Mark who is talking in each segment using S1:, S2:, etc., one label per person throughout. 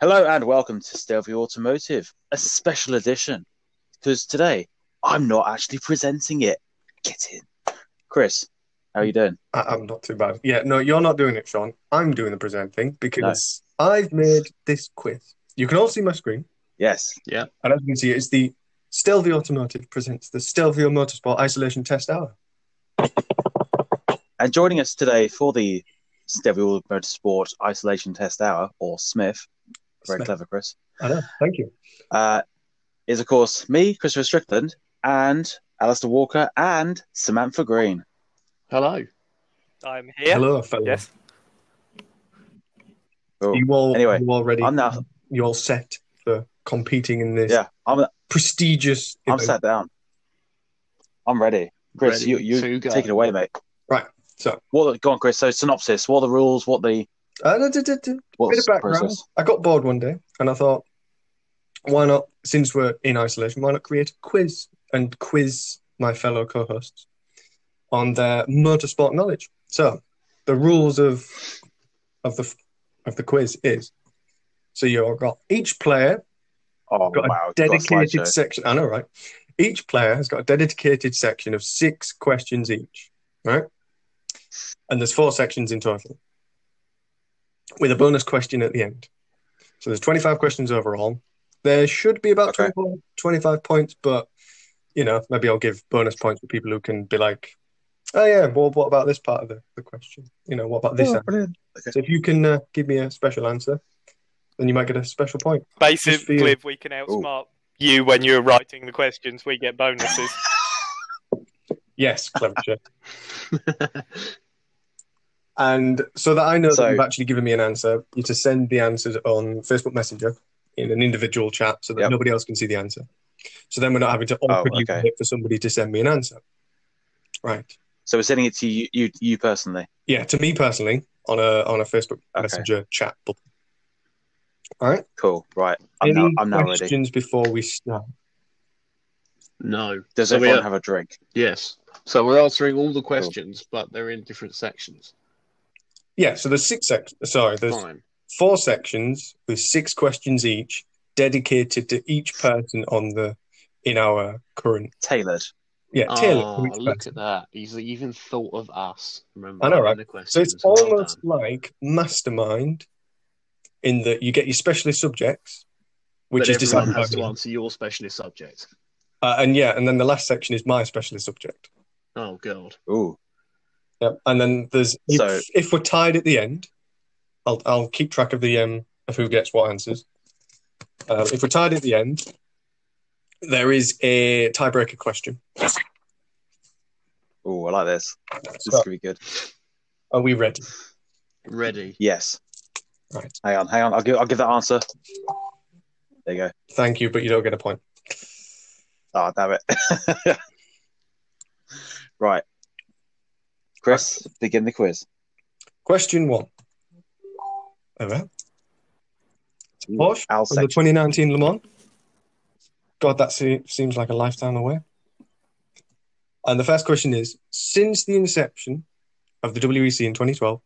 S1: Hello and welcome to Stelvio Automotive, a special edition. Because today I'm not actually presenting it. Get in. Chris, how are you doing?
S2: I- I'm not too bad. Yeah, no, you're not doing it, Sean. I'm doing the presenting because I've made this quiz. You can all see my screen,
S1: Yes.
S2: and as you can see, it's the Stelvio Automotive presents the Stelvio Motorsport Isolation Test Hour.
S1: And joining us today for the Stelvio Motorsport Isolation Test Hour, or Smith, very
S2: Smith.
S1: clever, Chris,
S2: I know. Thank you.
S1: uh, is of course me, Christopher Strickland, and Alistair Walker and Samantha Green.
S3: Hello.
S4: I'm here.
S2: Hello, fellas.
S4: Yes.
S1: Cool.
S2: You all,
S1: Anyway,
S2: you all ready?
S1: I'm now,
S2: You all set for competing in this
S1: yeah, I'm,
S2: prestigious
S1: I'm
S2: event?
S1: sat down. I'm ready. Chris,
S3: Ready
S1: you, you
S3: to go.
S1: take it away, mate.
S2: Right. So,
S1: What go on, Chris? So synopsis. What are the rules? What the
S2: uh, da- da- da- da-
S1: what's
S2: bit of
S1: the
S2: background.
S1: process?
S2: I got bored one day and I thought, why not, since we're in isolation, why not create a quiz and quiz my fellow co hosts on their motorsport knowledge? So, the rules of of the of the quiz is so you've got each player
S1: Oh
S2: got
S1: wow!
S2: a
S1: you've got a
S2: dedicated
S1: slideshow.
S2: section. I know, right? Each player has got a dedicated section of six questions each, right? And there's four sections in total, with a bonus question at the end. So there's 25 questions overall. There should be about
S1: Okay.
S2: 24, 25 points, but you know, maybe I'll give bonus points for people who can be like, "Oh yeah, well, what about this part of the, the question? You know, what about this?"
S1: Oh,
S2: answer?"
S1: brilliant.
S2: so if you can uh, give me a special answer, then you might get a special point. Just for
S4: Basically,
S2: you.
S4: if we can outsmart you when you're writing the questions, we get bonuses.
S2: Yes, clever shit. And so that I know
S1: So-
S2: that you've actually given me an answer, you to send the answers on Facebook Messenger in an individual chat so that
S1: Yep. Oh,
S2: nobody else can see the answer. So then we're not having to awkwardly
S1: okay.
S2: wait for somebody to send me an answer. Right.
S1: So we're sending it to you, you, you personally.
S2: Yeah, to me personally, on a on a Facebook
S1: Okay.
S2: Messenger chat button. All right.
S1: Cool. Right. I'm now.
S2: Any
S1: I'm now ready.
S2: questions before we start?
S3: No.
S1: Does
S3: So we
S1: everyone
S3: are-
S1: have a drink?
S3: Yes. So we're answering all the questions, but they're in different sections.
S2: Yeah, so there's six sec- sorry, there's
S3: Fine.
S2: four sections with six questions each dedicated to each person on the in our current
S1: Tailored.
S2: Yeah, Taylor.
S3: Oh, look at that. He's even thought of us. Remember?
S2: I know,
S3: in
S2: right?
S3: The questions.
S2: so it's
S3: Well
S2: almost
S3: done.
S2: like Mastermind in that you get your specialist subjects, which
S3: But
S2: is
S3: everyone
S2: decided by
S3: has to
S2: me.
S3: answer your specialist subject.
S2: Uh, and yeah, and then the last section is my specialist subject.
S3: Oh god.
S1: Ooh.
S2: Yep. And then there's if,
S1: So-
S2: if we're tied at the end, I'll I'll keep track of the um of who gets what answers. Uh, if we're tied at the end, there is a tiebreaker question.
S1: Ooh. I like this. This
S2: So,
S1: could be good.
S2: are Oh, we ready?
S3: Ready.
S1: Yes.
S2: Right.
S1: Hang on. Hang on. I'll give. I'll give that answer. There you go.
S2: Thank you, but you don't get a point.
S1: Oh damn it. right. Chris, begin the quiz.
S2: Question one. All right.
S1: Ooh,
S2: Porsche
S1: Al
S2: from the
S1: section.
S2: 2019 Le Mans. God, that se- seems like a lifetime away. And the first question is Since the inception of the WEC in 2012,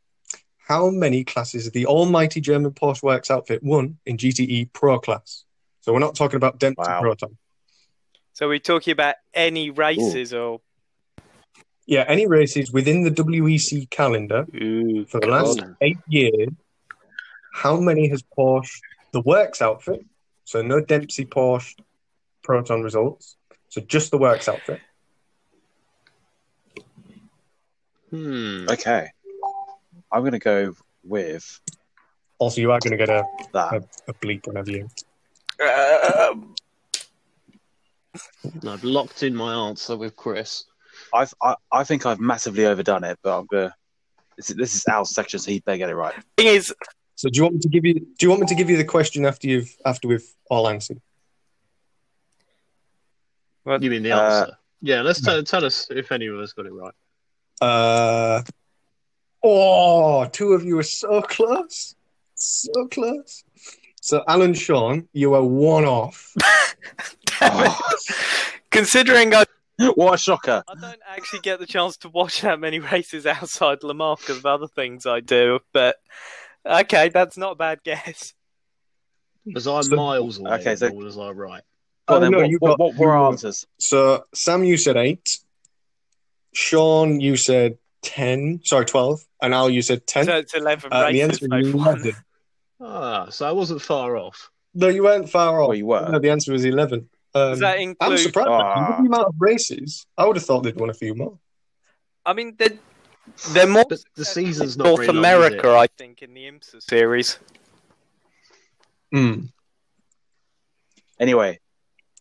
S2: how many classes the almighty German Porsche Works outfit won in GTE Pro class? So we're not talking about Dempsey
S1: Wow.
S2: Proton.
S4: so we're talking about any races or
S2: Yeah, any races within the WEC calendar for the last
S3: God.
S2: eight years, how many has Porsche, the works outfit, so no Dempsey Porsche Proton results, so just the works outfit,
S3: Hmm.
S1: Okay. I'm gonna go with
S2: Also, you are going to get a,
S1: that.
S2: a bleep whenever you.
S4: Um,
S3: I've locked in my answer with Chris.
S1: I've, I, I think I've massively overdone it, but I'm gonna. This, is- this is Al's section, so he better get it right.
S4: thing is,
S2: So, do you want me to give you? Do you want me to give you the question after you've after we've all answered?
S4: But-
S3: You mean the
S1: Uh,
S3: answer? yeah. Let's tell, tell us if any of us got it right.
S2: Uh, oh, two of you are so close, so close. So, Alan Sean, you are one off.
S4: Oh. considering I,
S1: what a shocker!
S4: I don't actually get the chance to watch that many races outside Le Mans because of other things I do, but okay, that's not a bad guess.
S3: Because I'm
S2: So-
S3: miles away
S1: Okay,
S3: as
S1: so-
S3: as I write.
S1: Go on
S2: Oh,
S1: then,
S2: no,
S1: what,
S2: you
S1: what,
S2: got-
S1: what were
S2: you
S1: our
S2: got-
S1: answers?
S2: So Sam, you said eight. Sean, you said ten. Sorry, twelve. And Al, you said ten.
S4: So it's 11
S2: Uh, the
S4: races,
S2: answer
S4: no
S2: is
S4: fun.
S2: eleven.
S3: Ah, so I wasn't far off.
S2: No, you weren't far off.
S1: Well, you were.
S2: Oh, No, the answer was eleven. Um,
S4: Does that
S2: I'm
S4: include...
S2: surprised
S1: Ah.
S2: with the amount of races. I would have thought they'd won a few more.
S4: I mean, they're, they're more...
S3: But the season's not
S4: North
S3: very long, is
S4: America,
S3: it?
S4: I think, in the IMSA series.
S1: Hmm. Anyway,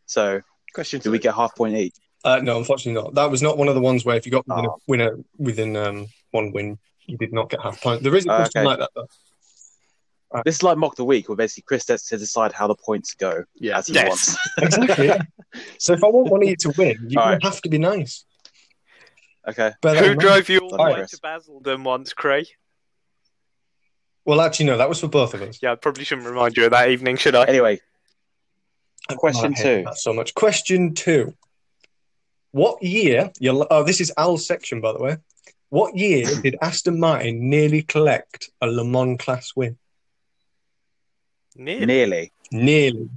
S1: so
S3: Question
S1: do
S3: two.
S1: we get half point each?
S2: Uh, no, unfortunately not. That was not one of the ones where if you got within, a,
S1: Oh.
S2: winner, within um, one win, you did not get half point. There is a
S1: Uh,
S2: question
S1: okay.
S2: like that though.
S1: This is like mock the week, where basically Chris gets to decide how the points go
S3: Yeah.
S1: as he
S4: Yes.
S1: wants.
S2: Exactly. yeah. so if I want one of you to win, you're
S1: All
S2: gonna
S1: right.
S2: have to be nice.
S1: Okay,
S2: Bear that in
S4: Who
S2: mind.
S4: drove you all the
S1: Sorry,
S4: way
S1: Chris.
S4: to Basildon once, Cray?
S2: Well, actually, no, that was for both of us.
S4: Yeah, I probably shouldn't remind you of that evening, should I?
S1: anyway,
S2: Oh,
S1: Question
S2: I hated
S1: two.
S2: that so much. Question two. What year? Your, oh, this is Al's section, by the way. What year did Aston Martin nearly collect a Le Mans class win?
S4: Nearly.
S1: nearly.
S2: Nearly.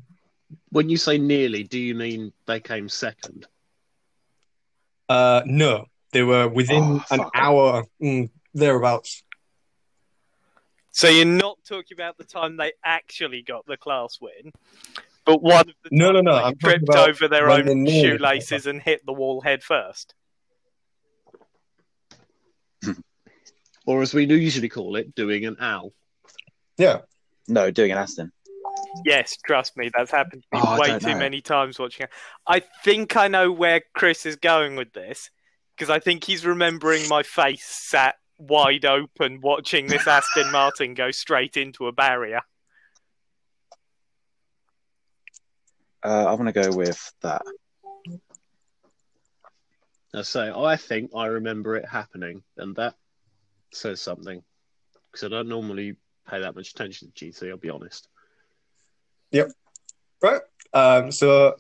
S3: When you say nearly, do you mean they came second?
S2: Uh, no, they were within
S1: Oh,
S2: an
S1: fuck.
S2: hour mm, thereabouts.
S4: So you're not talking about the time they actually got the class win, but one of the
S2: No, no,
S4: times
S2: no,
S4: they
S2: I'm talking
S4: tripped
S2: about
S4: over their
S2: when they
S4: own
S2: nearly-
S4: shoelaces and hit the wall head first.
S3: Or as we usually call it, doing an owl.
S2: Yeah.
S1: No, doing an Aston.
S4: Yes, trust me, that's happened to me
S1: Oh, I
S4: way
S1: don't
S4: too
S1: know.
S4: many times watching it. I think I know where Chris is going with this because I think he's remembering my face sat wide open watching this Aston Martin go straight into a barrier.
S1: Uh, I'm gonna go with that.
S3: I say, I think I remember it happening, and that says something. Because I don't normally pay that much attention to GT, I'll be honest.
S2: Right. Um, so,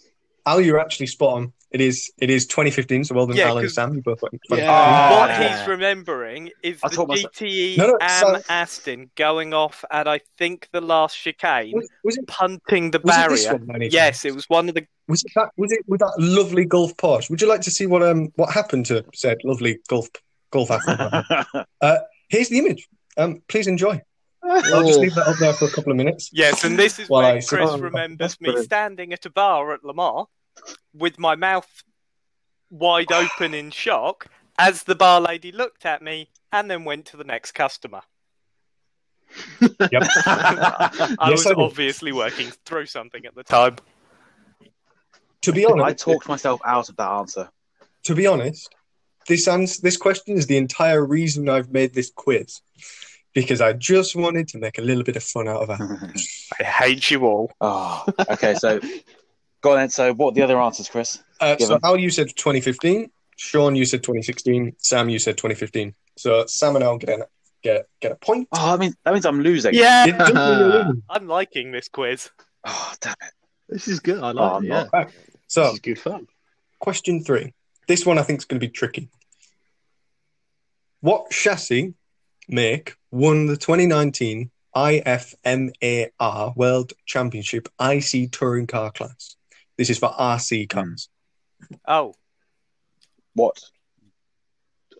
S2: Al, you're actually spot on. It is. It is 2015. So well done,
S4: Yeah,
S2: Al and
S4: 'cause-
S2: Sam. You both went.
S3: Yeah.
S4: what
S1: Ah.
S4: he's remembering is
S1: I
S4: the
S1: thought myself-
S4: GTE
S2: No, no,
S4: Am
S2: so-
S4: Aston going off at I think the last chicane,
S2: Was, was it?
S4: punting the
S2: Was it this
S4: barrier.
S2: one? by any
S4: Yes,
S2: chance?
S4: it was one of the.
S2: Was it that? Was it with that lovely golf Porsche? Would you like to see what um what happened to said lovely golf golf athlete? Here's the image. Um, please enjoy. I'll just leave that up there for a couple of minutes.
S4: Yes, and this is
S2: Well,
S4: where
S2: I see.
S4: Chris
S2: Oh,
S4: remembers
S1: that's
S4: me
S1: brilliant.
S4: standing at a bar at Lamar with my mouth wide open in shock as the bar lady looked at me and then went to the next customer.
S2: Yep.
S4: I
S2: Yes,
S4: was
S2: I did.
S4: obviously working through something at the time.
S2: To be
S1: Oh. I
S2: honest,
S1: talked myself out of that answer.
S2: to be honest, this ans- this question is the entire reason I've made this quiz because I just wanted to make a little bit of fun out of
S1: Hmm.
S2: it.
S4: I hate you all.
S1: oh, okay. So, go on. Then. So, what are the other answers, Chris?
S2: Uh,
S1: Give
S2: so,
S1: him.
S2: Al, you said 2015. Sean, you said 2016. Sam, you said 2015. So, Sam and Al get a, get get a point.
S1: Oh, I mean that means I'm losing.
S4: Yeah,
S2: It does mean you're winning.
S4: I'm liking this quiz.
S1: Oh, damn it.
S3: this is good. I
S1: Oh,
S3: like
S1: I'm
S3: it. Yeah.
S1: not-
S2: So,
S3: This is good fun.
S2: Question three. This one I think is going to be tricky. What chassis make won the 2019 IFMAR World Championship IC Touring Car class? This is for RC cars.
S4: Oh,
S1: What?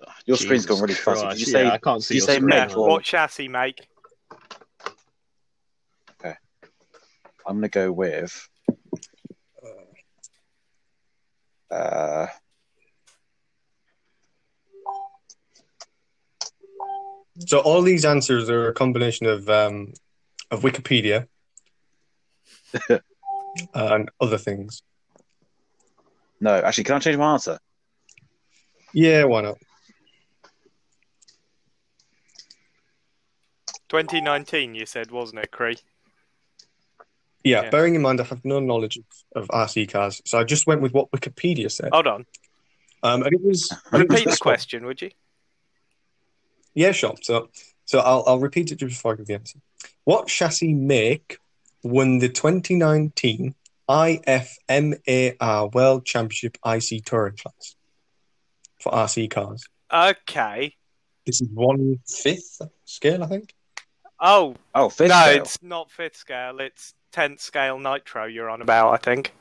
S3: Oh,
S1: Your screen's gone really
S3: Jesus
S1: fuzzy. Did
S3: Christ.
S1: you say-
S3: Yeah, I can't see
S1: you
S3: your
S1: say
S3: screen.
S1: Meg
S4: yeah.
S1: or-
S4: What chassis make?
S1: I'm gonna go with. Uh,
S4: Mm.
S2: So all these answers are a combination of um, of Wikipedia and other things.
S1: no, actually, can I change my answer?
S2: Yeah, why not?
S4: 2019, you said, wasn't it, Cree?
S2: Yeah,
S4: Yeah.
S2: bearing in mind I have no knowledge of RC cars, so I just went with what Wikipedia said.
S4: Hold on.
S2: Um, and it was and it was
S4: Oh. Repeat the
S2: this one.
S4: question, would you?
S2: Yeah, sure. So, so I'll, I'll repeat it just before I give the answer. What chassis make won the 2019 IFMAR World Championship IC Touring class for RC cars?
S4: Okay.
S2: This is one fifth scale, I think.
S4: Oh,
S1: Oh, fish.
S4: no,
S1: scale.
S4: it's not fifth scale. It's tenth scale nitro you're on about, I think.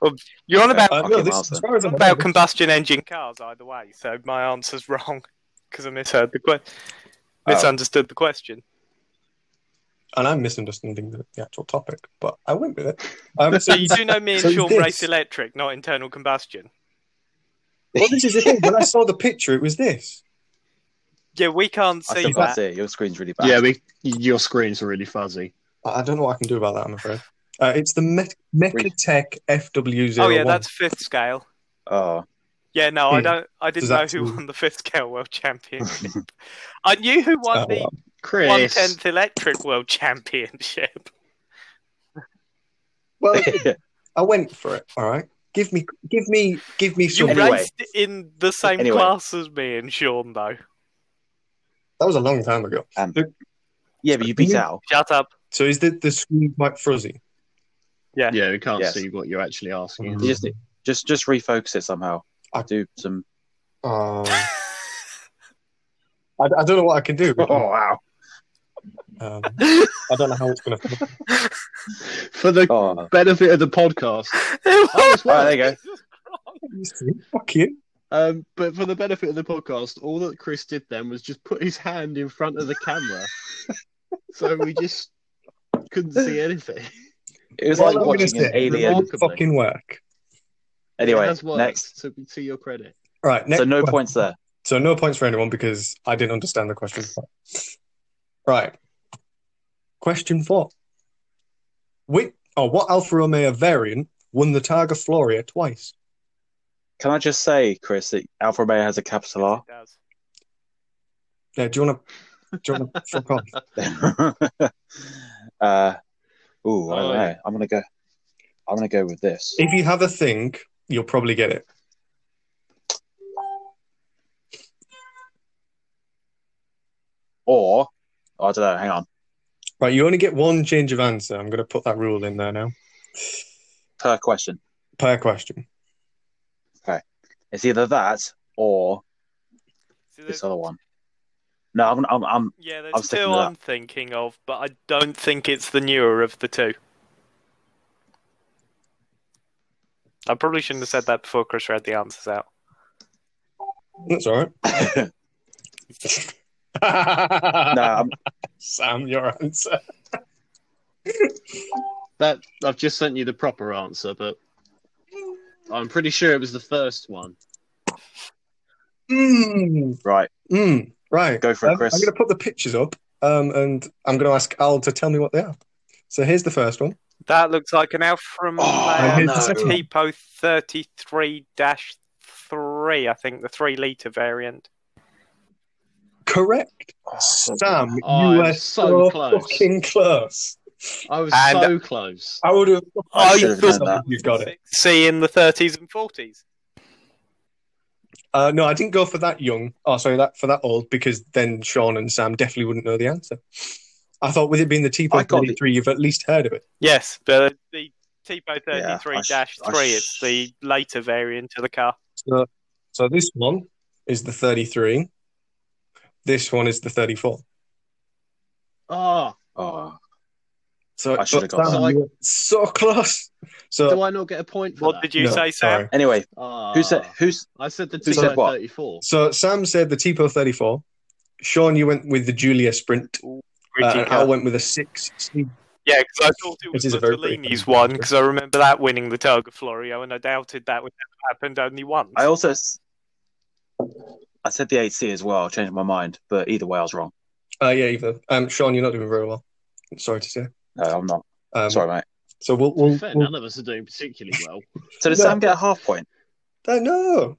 S4: Or you're on about
S2: Uh,
S1: Fucking
S2: no, this,
S1: Martha.
S2: as far as I'm aware,
S4: about combustion engine cars either way, so my answer's wrong because I misheard the que-
S2: Oh.
S4: misunderstood the question.
S2: and I'm misunderstanding the, the actual topic, but I went with it. Um,
S4: So you do know me and
S2: So
S4: Sean
S2: this-
S4: race electric, not internal combustion.
S2: well, this is the thing. When I saw the picture, it was this.
S4: Yeah, we can't
S1: I
S4: see
S1: still can't
S4: that.
S1: see it. Your screen's really bad.
S3: Yeah, we, your screen's really fuzzy.
S2: I I don't know what I can do about that. I'm afraid. Uh, it's the Mech- Mechatech FW01.
S4: Oh yeah, that's fifth scale.
S1: Oh,
S4: Yeah, no, I
S2: Hmm.
S4: don't. I didn't
S2: Does
S4: know
S2: that
S4: who
S2: mean-
S4: won the fifth scale world championship. I knew who won
S2: Oh,
S4: the
S2: wow.
S4: one
S3: Chris,
S4: tenth electric world championship.
S2: Well, I went for it. All right, give me, give me, give me
S4: You
S2: some.
S1: Anyway.
S4: raced in the same
S1: Anyway.
S4: class as me and Sean, though.
S2: That was a long time ago.
S1: yeah, but you beat
S2: You-
S1: out.
S4: Shut up.
S2: So is the the screen quite fuzzy? Um,
S3: yeah, we can't
S1: Yes. Mm-hmm.
S3: see what you're actually asking.
S1: You just, just, just refocus it somehow.
S2: I-
S1: do some.
S2: Um, I, I don't know what I can do.
S1: Oh wow!
S2: Um, I don't know how it's gonna.
S3: For the
S1: Oh,
S3: benefit of the podcast,
S4: oh,
S3: as well.
S1: there you go.
S2: Fuck you.
S3: Um, but for the benefit of the podcast, all that Chris did then was just put his hand in front of the camera, so we just couldn't see anything.
S1: It was
S2: Well,
S1: like
S2: I'm gonna
S1: watching an
S2: say,
S1: alien.
S3: remote-
S2: Good fucking work.
S3: It
S1: Anyway,
S3: has worked,
S1: next.
S3: So to your credit,
S2: All right. Next
S1: So no
S2: one.
S1: points there.
S2: So no points for anyone because I didn't understand the question. Right. Question four. Which or what Alfa Romeo variant won the Targa Floria twice?
S1: Can I just say, Chris, that Alfa Romeo has a capital R?
S2: Yeah, do you want to? Do you want to fuck off?
S1: uh, ooh, I
S3: Oh,
S1: don't
S3: yeah.
S1: know. I'm gonna go. I'm gonna go with this.
S2: If you have a think, you'll probably get it.
S1: Or I don't know. Hang on.
S2: Right, you only get one change of answer. I'm going to put that rule in there now
S1: Per question,
S2: per question.
S1: it's either that or this other one. No, I'm. I'm. I'm
S4: Yeah,
S1: I'm
S4: there's
S1: sticking
S4: two
S1: to that.
S4: I'm thinking of, but I don't think it's the newer of the two. I probably shouldn't have said that before Chris read the answers out.
S2: That's all right.
S1: no, I'm,
S2: Sam, your answer.
S3: that I've just sent you the proper answer, but I'm pretty sure it was the first one.
S2: Mm.
S1: right.
S2: Mm, right.
S1: Hmm. Go for it,
S2: Um,
S1: Chris.
S2: I'm going to put the pictures up um, and I'm going to ask Al to tell me what they are. So here's the first one.
S4: That looks like an uh, Alfa
S1: Oh,
S4: Romeo
S2: no.
S4: Tipo 33 3, I think, the 3 litre variant.
S2: Correct.
S1: Oh,
S2: Sam,
S3: Oh,
S2: you
S3: I'm
S2: were
S3: so
S2: so
S3: close.
S2: fucking close.
S3: I was
S4: And-
S3: so close.
S2: I would have.
S1: I
S4: I
S1: should have
S4: thought-
S1: known that.
S2: You got it.
S4: See in the 30s and 40s.
S2: Uh, no, I didn't go for that young. Oh, sorry, that for that old because then Sean and Sam definitely wouldn't know the answer. I thought with it being the
S1: I
S2: T-Point
S1: got the-
S2: 33, you've at least heard of it.
S4: Yes, but the Tipo
S1: Yeah, I
S4: 33
S1: sh- I
S4: 3 it's the later variant of the car.
S2: So, so this one is the 33. This one is the 34.
S3: Ah,
S1: Oh,
S2: So,
S1: I should have
S2: but
S1: got
S2: Sam,
S3: that.
S2: you were so close. So
S3: do I not get a point for
S4: What
S3: that?
S4: did you
S2: No,
S4: say, Sam?
S2: sorry.
S1: anyway,
S3: Ah,
S1: who said? Who's?
S3: I said the
S1: who said what?
S3: 34.
S2: So Sam said the Tipo 34. Sean, you went with the Julia Sprint. Uh,
S4: Pretty
S2: and
S4: car.
S2: I went with a 60.
S4: Yeah, because I thought it was
S2: is a very
S4: Bertolini's
S2: pretty
S4: one,
S2: picture.
S4: because I remember that winning the Targa Florio, and I doubted that would have happened only once.
S1: I also. s- I said the 8C as well. I changed my mind, but either way, I was wrong.
S2: Uh, yeah, either. Um, Sean, you're not doing very well. Sorry to say.
S1: No, I'm not.
S2: Um,
S1: Sorry, mate.
S2: So we'll.
S3: To be
S2: we'll,
S3: fair,
S2: we'll
S3: none of us are doing particularly well.
S1: So did
S2: no.
S1: Sam get a half point?
S2: Uh, no.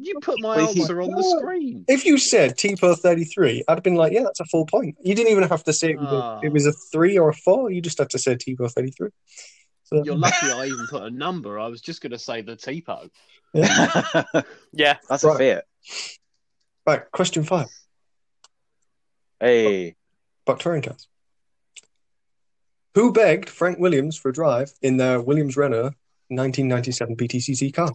S3: You put my
S1: Well, he-
S3: answer on the
S2: No.
S3: screen.
S2: If you said Tipo 33, I'd have been like, yeah, that's a full point. You didn't even have to say it was,
S3: Ah.
S2: a, it was a three or a four. You just had to say Tipo 33. So,
S3: You're lucky I even put a number. I was just going to say the Tipo.
S4: Yeah,
S1: That's a
S2: Right.
S1: fear.
S2: right, question five
S1: Hey,
S2: about touring cars. Who begged Frank Williams for a drive in their Williams Renault 1997 PTCC car?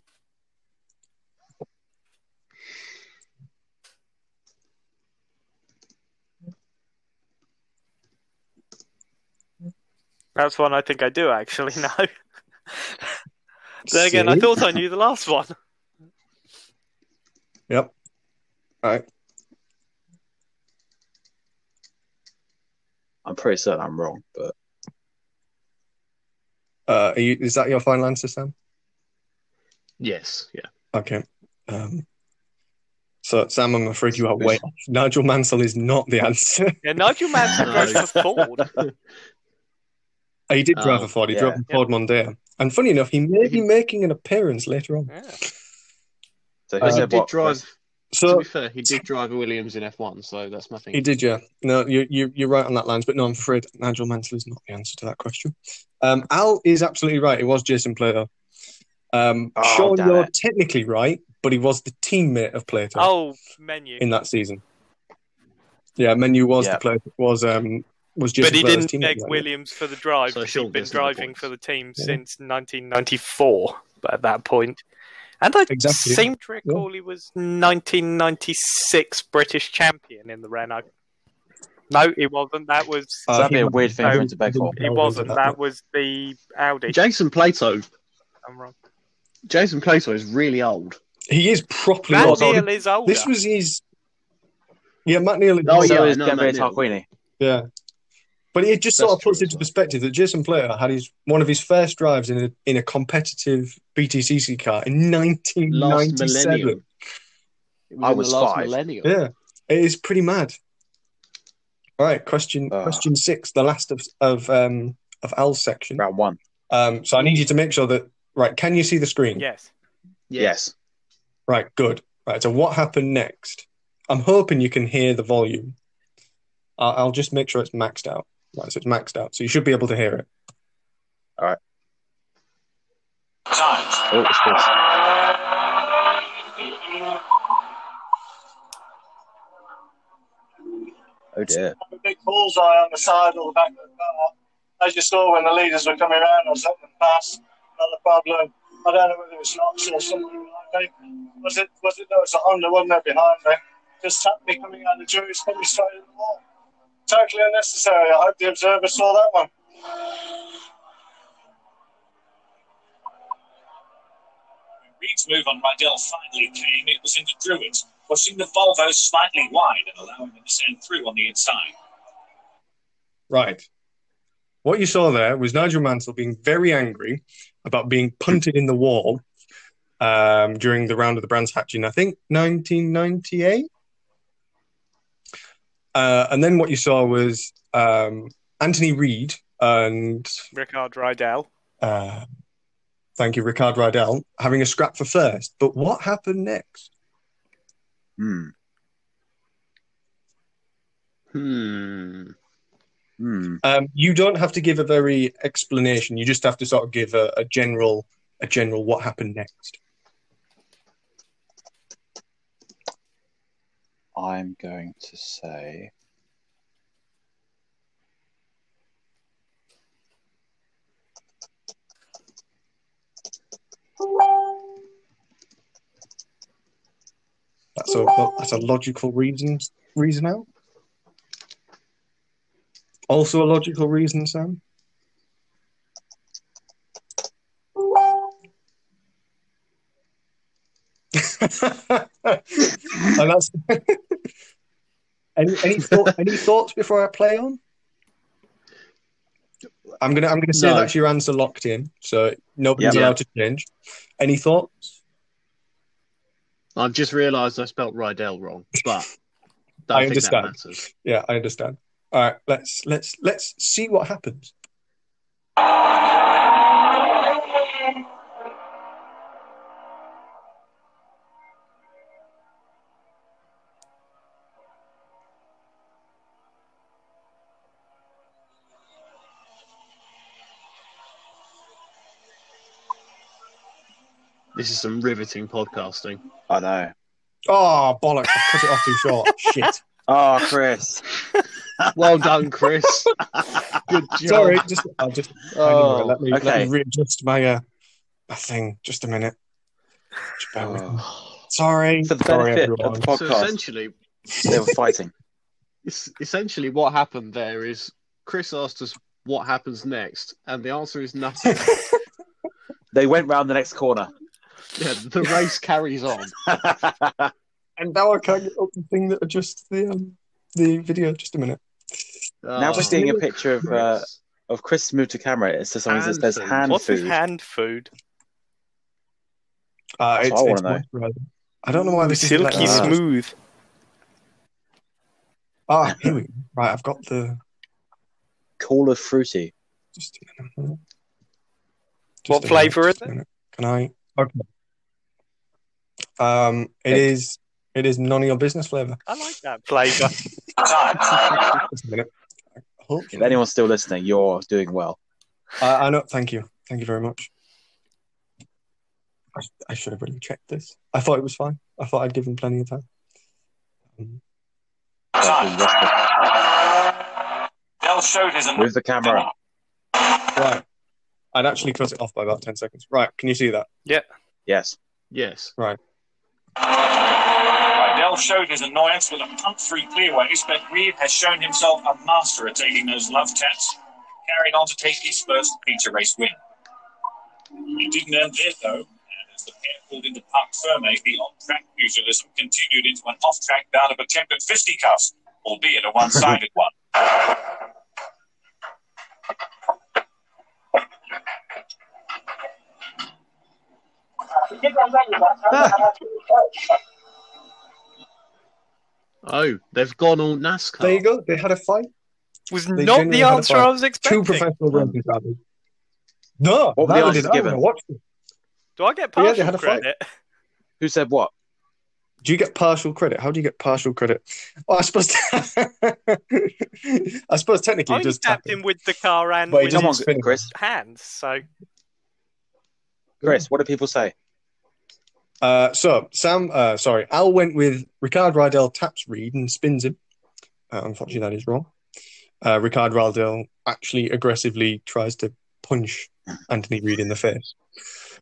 S4: That's one I think I do actually know. then again, I
S2: See?
S4: thought I knew the last one.
S2: Yep. All right.
S1: I'm pretty certain I'm wrong, but
S2: Uh, are you, is that your final answer, Sam?
S3: Yes, yeah.
S2: Okay. Um, so, Sam, I'm afraid you are way off. Nigel Mansell is not the answer.
S4: Yeah, Nigel Mansell drove for Ford.
S2: Oh, he did drive
S3: Oh,
S2: a Ford. He
S1: yeah.
S2: drove a Ford Mondeo. And funny enough, he may be making an appearance later on.
S4: Yeah.
S1: so who
S2: Uh,
S3: But he
S1: said
S3: did
S1: what,
S3: drive.
S1: Chris?
S3: to
S2: So
S3: be fair, he did drive a Williams in F1, so that's nothing.
S2: he did, yeah. No, you, you, you're right on that lines, but no, I'm afraid Nigel Mansell is not the answer to that question. Um, Al is absolutely right. It was Jason Plato. Um,
S1: Oh,
S2: Sean,
S1: damn
S2: you're
S1: it.
S2: technically right, but he was the teammate of Plato
S4: Oh, menu.
S2: in that season. Yeah, Menu was
S1: Yeah.
S2: the player was um was Jason
S4: but he
S2: Plato's
S4: didn't
S2: teammate
S4: beg
S2: that year.
S4: Williams for the drive
S3: So
S4: because
S3: Sean
S4: he'd been
S3: gets another
S4: driving
S3: point.
S4: for the team
S2: Yeah.
S4: since 1994. But at that point, and I
S2: Exactly.
S4: seem to recall he was 1996 British champion in the Renault. No, it wasn't. That was
S2: Uh,
S1: that'd
S2: he
S1: be a
S2: might-
S1: weird thing for him to beg
S2: he
S1: for.
S4: it
S2: wasn't
S4: wasn't.
S2: that
S4: That,
S2: much.
S4: was the Audi.
S3: Jason Plato.
S4: I'm wrong.
S3: Jason Plato is really old.
S2: He is properly
S4: Van
S1: was
S2: old.
S1: older.
S4: Deal is older.
S2: This was his. Yeah, Matt Neal.
S3: Oh,
S1: so
S3: yeah,
S1: is
S3: no,
S1: Gabriel
S3: no, no.
S1: Tarquini.
S2: Yeah. But it just
S3: That's
S2: sort of puts
S3: true
S2: into
S3: as well.
S2: perspective that Jason Player had his one of his first drives in a in a competitive BTCC car in
S3: Last
S2: 1997.
S3: millennium.
S1: I
S3: It in the
S1: was
S3: last
S1: five.
S3: millennium.
S2: Yeah, it is pretty mad. All right, question
S3: Uh.
S1: Ah.
S2: question six, the last of of um of Al's section.
S1: Round one.
S2: Um, so I need you to make sure that right. Can you see the screen?
S4: Yes.
S1: Yes.
S2: Right. Good. Right. So what happened next? I'm hoping you can hear the volume. I'll, I'll just make sure it's maxed out. Right. So it's maxed out. So you should be able to hear it.
S1: Oh, it's close. Oh, dear.
S5: a big bullseye on the side or the back of the car. As you saw when the leaders were coming around, I was letting them pass. Not a problem. I don't know whether it was an ox or something behind me. Was it? Was it? There was a Honda, wasn't there, behind me? Just tapped me coming out of the jury's hit me straight at the wall. Totally unnecessary. I hope the observer saw that one.
S6: Reed's move on Rydell finally came. It was in the Druid, pushing the Volvo slightly wide and allowing them to send through on the inside.
S2: Right. What you saw there was Nigel Mansell being very angry about being punted in the wall um, during the round of the Brands Hatch in, I think, 1998. Uh, and then what you saw was um, Anthony Reed and
S4: Rickard Rydell.
S2: uh, thank you, Ricard Rydell, having a scrap for first. But what happened next?
S1: Hmm.
S3: Hmm.
S1: Hmm.
S2: Um, you don't have to give a very explanation. You just have to sort of give a, a general, a general what happened next.
S1: I'm going to say.
S2: That's a that's a logical reason reason out. Also a logical reason, Sam. and that's any any, thought, any thoughts before I play on? I'm gonna I'm gonna say
S3: No.
S2: that's your answer locked in, so nobody's
S1: Yeah.
S2: allowed to change. Any thoughts?
S3: I've just realised I spelt Rydell wrong, but don't
S2: I
S3: think
S2: understand.
S3: that matters.
S2: Yeah, I understand. All right, let's let's let's see what happens.
S3: This is some riveting podcasting.
S1: I know.
S2: Oh, bollocks. I cut it off too short. Shit.
S1: Oh, Chris.
S3: Well done, Chris. Good job.
S2: Sorry. Just, I'll just hang on a minute. let, me, let
S1: Oh, okay.
S2: me readjust my, uh, my thing. Just a minute. Just bear with me.
S1: Oh.
S2: Sorry.
S1: For the
S2: Uh, Sorry,
S1: benefit
S2: everyone.
S1: of the
S3: So
S1: podcast,
S3: essentially,
S1: they were fighting.
S3: es- essentially, what happened there is Chris asked us what happens next? And the answer is nothing.
S1: They went round the next corner.
S3: yeah, the race carries on.
S2: And now I can't get up the thing that adjusts the um, the video. Just a minute.
S1: now
S3: Oh,
S1: we're seeing a picture of uh,
S3: Chris.
S1: of Chris moved to camera. It's to something that
S3: Hand
S1: says
S3: food.
S1: hand
S4: What's
S1: food.
S4: with hand food?
S2: Uh,
S1: That's
S2: it's,
S1: what I
S2: it's
S1: wanna
S2: moisturising. I don't know why this is like
S4: Silky
S1: that.
S4: smooth.
S2: Ah, here we go. Right, I've got the.
S1: Call of fruity.
S2: Just a minute. Just
S4: What
S2: a minute,
S4: flavour
S2: just
S4: is
S2: a minute. Can I? Okay. Um, it is. It is none of your business flavour.
S4: I like that flavour.
S2: Just a minute.
S1: If
S2: Hopefully.
S1: anyone's still listening, you're doing well.
S2: I, I know. Thank you. Thank you very much. I, I should have really checked this. I thought it was fine. I thought I'd given plenty of time. Um,
S6: Dell showed his
S1: Move the camera.
S2: right. I'd actually cut it off by about 10 seconds. Right. Can you see that?
S1: Yes.
S3: Yes.
S6: Dell showed his annoyance with a punt through clearways, but Reed has shown himself a master at taking those love taps, carrying on to take his first feature race win. He didn't end there, though, and as the pair pulled into Parc Ferme, the on track pugilism continued into an off track bout of attempted fisticuffs, albeit a one sided one.
S3: Oh, they've gone all NASCAR.
S2: There you go. They had a fight.
S4: Was
S2: They
S4: not
S2: genuinely
S4: the
S2: had a
S4: answer
S2: fight.
S4: I was
S2: Two
S4: expecting.
S2: professional racers. I mean. No,
S1: What were the
S2: neither
S1: answers
S2: did I
S1: given?
S2: when I watched it.
S4: Do I get
S2: Yeah, they
S4: partial
S2: had a fight.
S4: credit?
S1: Who said what?
S2: Do you get partial credit? How do you get partial credit? Oh, I suppose. I suppose technically
S4: I
S2: it
S4: only
S2: does
S4: tapped
S2: tap
S4: him with the car and
S2: But he
S4: with
S2: doesn't
S1: Come on,
S4: his
S2: spin it.
S1: Chris.
S4: hands. So
S1: Chris, what do people say?
S2: Uh, so Sam, uh, sorry, Al went with Ricard Rydell taps Reed and spins him. Uh, unfortunately, that is wrong. Uh, Ricard Rydell actually aggressively tries to punch Anthony Reed in the face,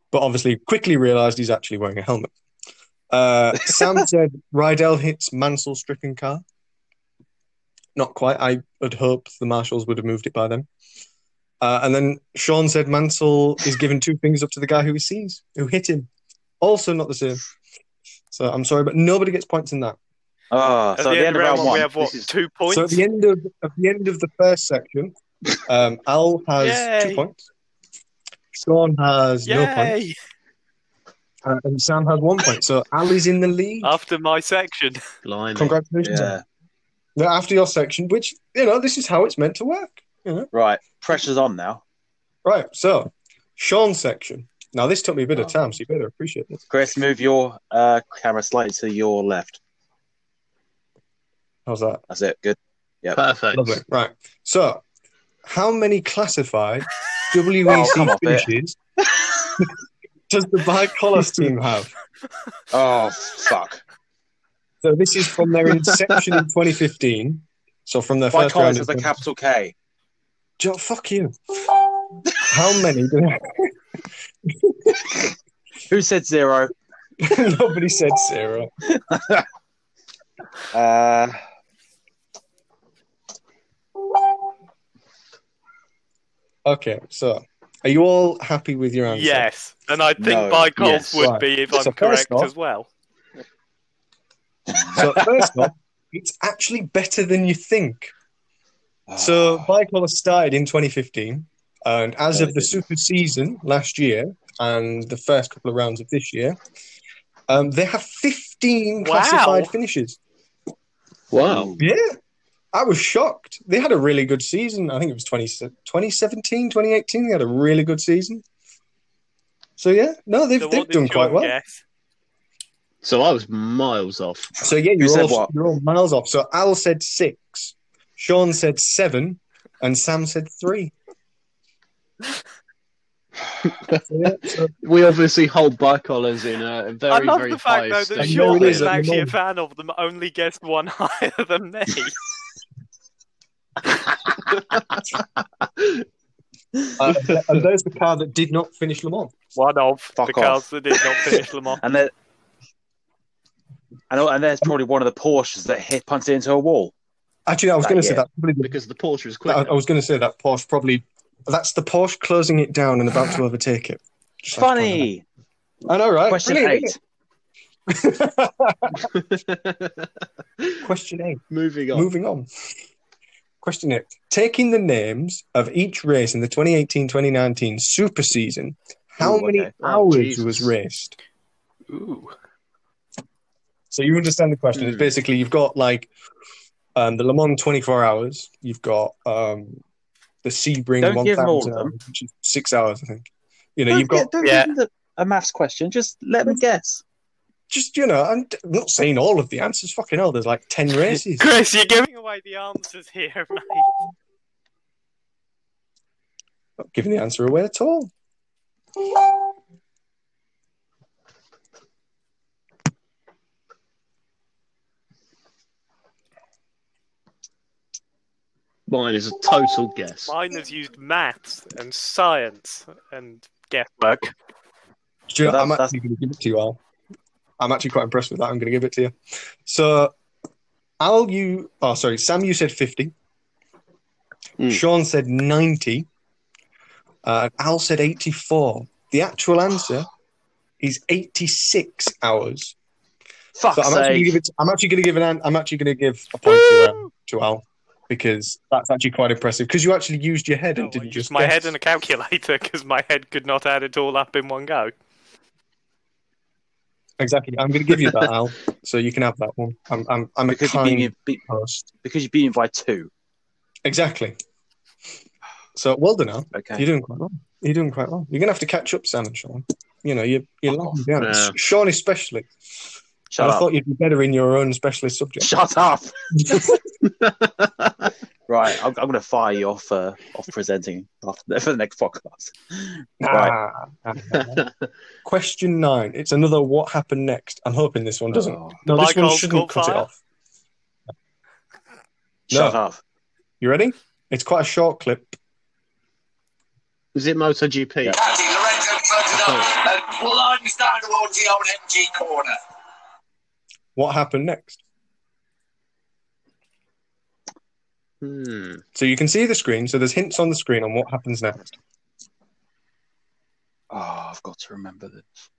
S2: but obviously quickly realised he's actually wearing a helmet. Uh, Sam said Rydell hits Mansell stricken car. Not quite. I had hoped the marshals would have moved it by then. Uh, and then Sean said Mansell is giving two fingers up to the guy who he sees, who hit him. Also not the same. So I'm sorry, but nobody gets points in that.
S1: Ah,
S4: at
S1: so at the end of round
S4: we
S1: one,
S4: have what
S3: this is-
S4: two points?
S2: So at the end of at the end of the first section, um, Al has
S4: Yay.
S2: two points. Sean has
S4: Yay!
S2: no point, uh, and Sam has one point. So Al is in the lead.
S4: After my section,
S3: Blimey.
S2: Congratulations! Al.
S1: yeah,
S2: Now, After your section, which you know, this is how it's meant to work. You know?
S1: right. Pressure's on now.
S2: Right. So Sean's section. Now this took me a bit of
S1: Oh.
S2: time, so you better appreciate this.
S1: Chris, move your uh, camera slightly to your left.
S2: How's that?
S1: That's it. Good.
S3: Perfect.
S2: Lovely. Right. So, how many classified WEC
S1: Oh, come off it.
S2: finishes does the bicolors team have?
S1: Oh fuck!
S2: So this is from their inception in 2015. So from their
S1: By
S2: first round.
S1: Collins
S2: in
S1: has a capital K.
S2: Jo- fuck you. How many? Do
S1: Who said zero?
S2: Nobody said zero.
S1: Uh,
S2: Okay. So, are you all happy with your answer?
S4: yes, and I think
S1: No,
S4: by
S1: yes.
S4: would
S2: Right.
S4: be if
S2: So
S4: I'm
S2: first
S4: correct
S2: off-
S4: as well.
S2: So first off, it's actually better than you think. So Bicolor started in 2015, and as
S1: No,
S2: of
S1: it
S2: the
S1: didn't.
S2: super season last year and the first couple of rounds of this year, um, they have 15
S4: Wow.
S2: classified finishes.
S1: oh.
S3: Wow.
S2: Yeah, I was shocked. They had a really good season. I think it was 20, 2017, 2018. They had a really good season. So yeah, no, they've,
S4: So what
S2: they've
S4: did
S2: done quite
S4: Sean
S2: well.
S4: guess?
S3: So I was miles off.
S2: So yeah,
S1: Who
S2: you're
S1: said
S2: all,
S1: what?
S2: you're all miles off. So Al said six, Sean said seven, and Sam said three. So, yeah, so-
S3: We obviously hold bicolors in a very,
S4: I love
S3: very
S4: the
S3: high
S4: fact though that
S2: And
S3: state.
S2: no,
S4: Sean
S2: it is
S4: is
S2: at the
S4: actually a
S2: moment.
S4: fan of them. Only guessed one higher than me.
S2: Uh, and there's the car that did not finish Le Mans.
S4: one of
S1: Fuck
S4: the
S1: off.
S4: cars that did not finish Le Mans.
S1: and there, and, and there's probably one of the Porsches that hit punted into a wall.
S2: Actually, I was
S1: That
S2: going to say
S1: year.
S2: that probably the
S3: because the Porsche is quick.
S2: I, I was going to say that Porsche probably that's the Porsche closing it down and about to overtake it. Just like to point
S1: Funny.
S2: that out. I know, right?
S1: Question
S2: Brilliant,
S1: eight.
S2: isn't it? Question eight.
S3: Moving on.
S2: Moving on. Question eight. Taking the names of each race in the 2018-2019 super season, how
S1: Ooh,
S2: many
S1: okay.
S3: Oh,
S2: hours
S3: Jesus.
S2: was raced?
S4: Ooh.
S2: So you understand the question. It's
S1: Hmm.
S2: basically you've got like um, the Le Mans 24 hours. You've got um, the Sebring
S1: Don't
S2: 1000
S1: give 'em all of
S2: hours,
S1: them.
S2: which is six hours, I think. You know,
S1: Don't,
S2: you've got
S1: get- don't
S4: yeah.
S1: give them a maths question. Just let me guess.
S2: just you know, I'm I'm not saying all of the answers. Fucking hell, there's like ten races.
S4: Chris, you're giving away the answers here, mate.
S2: not giving the answer away at all.
S3: Mine is a total guess.
S4: Mine has used maths and science and guesswork.
S2: Do you know,
S1: Well,
S2: I'm
S1: that's-
S2: actually going to give it to you all. I'm actually quite impressed with that. I'm going to give it to you. So, Al, you oh sorry, Sam, you said fifty.
S1: Hmm.
S3: Mm.
S2: Sean said ninety. Uh, Al said eighty-four. The actual answer is eighty-six hours.
S1: Fuck
S2: So I'm actually going to give it. I'm actually going to give an. an- I'm actually going to give a point to, um, to Al because that's actually quite impressive because you actually used your head
S4: Oh,
S2: and
S4: I
S2: didn't
S4: used
S2: just
S4: my
S2: guess.
S4: head and a calculator because my head could not add it all up in one go.
S2: Exactly. I'm going to give you that, Al. So you can have that one. I'm, I'm, I'm a
S1: because you
S2: kind
S1: beat me be,
S2: host.
S1: because you beat me by two.
S2: Exactly. So well done, Al.
S1: Okay.
S2: You're doing quite well. You're doing quite well. You're going to have to catch up, Sam and Sean. You know, you're, you're lagging behind.
S3: Yeah.
S2: Sean especially.
S1: Oh, Shut
S2: and I
S1: up.
S2: thought you'd be better in your own specialist subject.
S1: Shut up. Right. I'm, I'm going to fire you off uh, off presenting after, for the next podcast. Right.
S2: Ah. Question nine. It's another what happened next. I'm hoping this one doesn't.
S1: Oh,
S2: No, this one
S4: Michael's
S2: shouldn't
S4: caught
S2: cut it
S4: fire.
S2: off.
S1: shut
S2: No.
S1: up.
S2: You ready? It's quite a short clip.
S3: Is it MotoGP?
S1: Yeah.
S6: Caddy Lorenzo turned it up and plunged down towards the old MG corner.
S2: What happened next?
S3: Hmm.
S2: So you can see the screen. So there's hints on the screen on what happens next.
S1: Oh, I've got to remember this.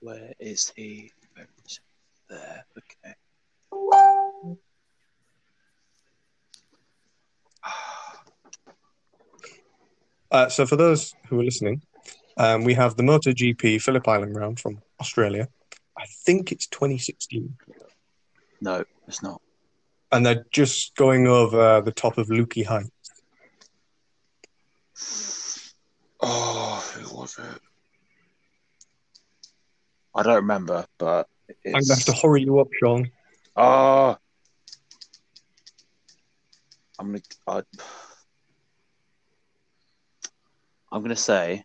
S1: Where is he? Where is he? There. Okay.
S2: Uh, so for those who are listening, um, we have the MotoGP Phillip Island round from Australia. I think it's 2016,
S1: No, it's not.
S2: and they're just going over the top of Lukey Heights.
S1: Oh, who was it? I don't remember, but it's.
S2: I'm gonna have to hurry you up, Sean.
S1: Oh. I'm gonna. uh, I, I'm gonna say.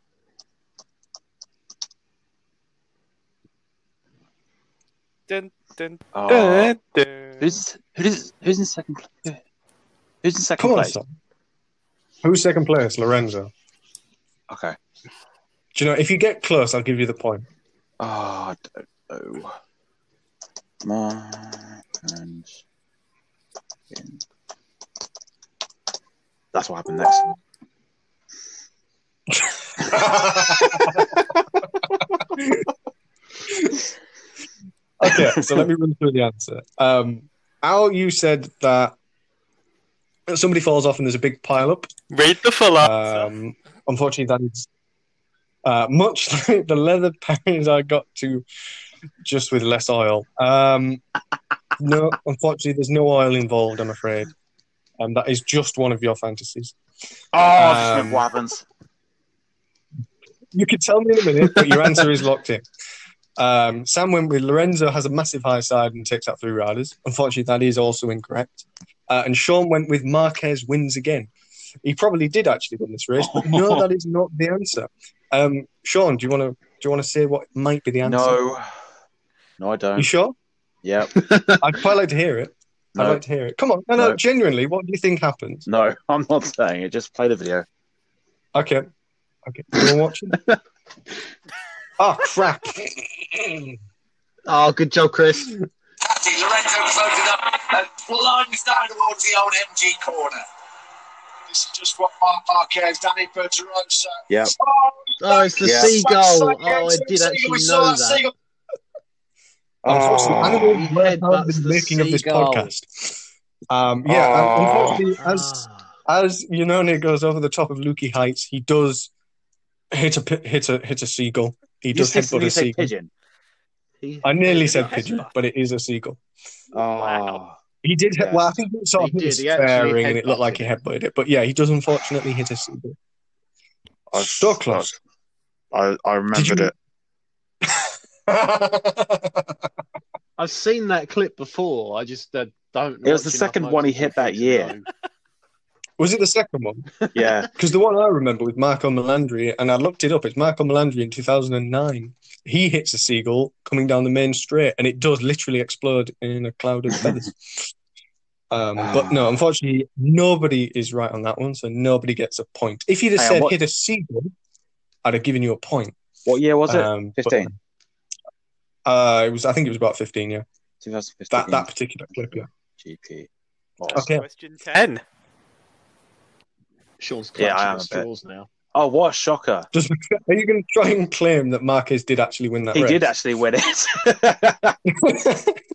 S4: Dun, dun,
S3: Uh,
S1: Oh,
S4: dun, dun.
S1: who's who's who's in second place? Who's in second
S2: Come on,
S1: place?
S2: son. Who's second place? Lorenzo.
S1: Okay.
S2: Do you know if you get close, I'll give you the point.
S1: Oh, I don't know. Ma- and in. That's what happened next.
S2: okay, so let me run through the answer. Um, Al, you said that somebody falls off and there's a big pile up.
S4: Read the full
S3: Uh,
S4: answer.
S2: Um, unfortunately, that is uh, much like the leather package I got to just with less oil. Um, no, unfortunately, there's no oil involved, I'm afraid. Um, that is just one of your fantasies.
S1: Oh, this is
S2: Um,
S1: what happens.
S2: You could tell me in a minute, but your answer is locked in. Um, Sam went with Lorenzo has a massive high side and takes out three riders. Unfortunately, that is also incorrect. Uh, and Sean went with Marquez wins again. He probably did actually win this race, but no, that is not the answer. Um, Sean, do you want to do you want to say what might be the answer?
S1: No, no, I
S2: You
S1: don't.
S2: sure?
S1: Yep.
S2: I'd quite like to hear it. I'd
S1: No,
S2: like to hear it. Come on. No, no,
S1: No.
S2: genuinely, what do you think happens?
S1: no, I'm not saying it. Just play the video.
S2: Okay. Okay. You're watching? oh, crap.
S3: Oh, good job, Chris.
S5: Mm.
S6: Patty Lorenzo floated up and plunged down towards the old MG corner.
S5: This is just what Mark Marquez, Danny Bergerosa.
S1: Yeah.
S5: Oh,
S3: Oh, it's the
S1: Yeah.
S3: seagull.
S5: Sack, sack,
S3: Oh, I
S5: sack,
S3: did
S5: sack,
S3: actually
S5: we saw
S3: know that.
S5: seagull.
S2: Unfortunately, I don't
S3: He
S2: know where I've
S3: headbutts
S2: been
S3: the
S2: making of this
S3: seagull.
S2: podcast. Um, yeah, and
S1: Oh.
S2: unfortunately, as
S3: Ah.
S2: as Yanone goes over the top of Lukey Heights, he does hit a pi- hit a hit a seagull. He does headbutt
S1: you
S2: a
S1: say
S2: seagull.
S1: pigeon.
S3: He-
S2: I nearly said
S4: Headbutt.
S2: pigeon, but it is a seagull.
S1: Oh,
S2: He did hit.
S1: Yeah.
S2: Well, I think it sort of
S3: He
S2: hit
S3: did,
S2: his
S3: he actually
S2: fair ring, and it looked
S3: headbutted
S2: like he
S3: it.
S2: headbutted it. But yeah, he does unfortunately hit a seagull.
S1: Ah, I-
S2: So close.
S1: I I remembered
S2: you-
S1: it.
S3: I've seen that clip before. I just uh, don't.
S1: It was the
S3: watch enough
S1: second one he
S3: motorsport
S1: hit that
S3: to
S1: year.
S3: know.
S2: Was it the second one?
S1: Yeah,
S2: Because the one I remember was Marco Melandri, and I looked it up. It's Marco Melandri in 2009. He hits a seagull coming down the main straight, and it does literally explode in a cloud of feathers. um,
S1: Ah.
S2: but no, unfortunately, nobody is right on that one, so nobody gets a point. If you'd have
S1: Hang on,
S2: said
S1: what-
S2: hit a seagull, I'd have given you a point.
S1: what year was it?
S2: Um, but,
S1: Fifteen.
S2: uh, it was. I think it was about 15. Yeah,
S1: 2015.
S2: that that particular clip. Yeah.
S1: GP.
S2: Okay.
S4: Question 10.
S3: Sean's
S1: Yeah, I
S3: clutching yeah,
S1: am a bit.
S3: straws now.
S1: Oh, what a shocker!
S2: Does, are you going to try and claim that Marquez did actually win that
S1: He
S2: race?
S1: did actually win it.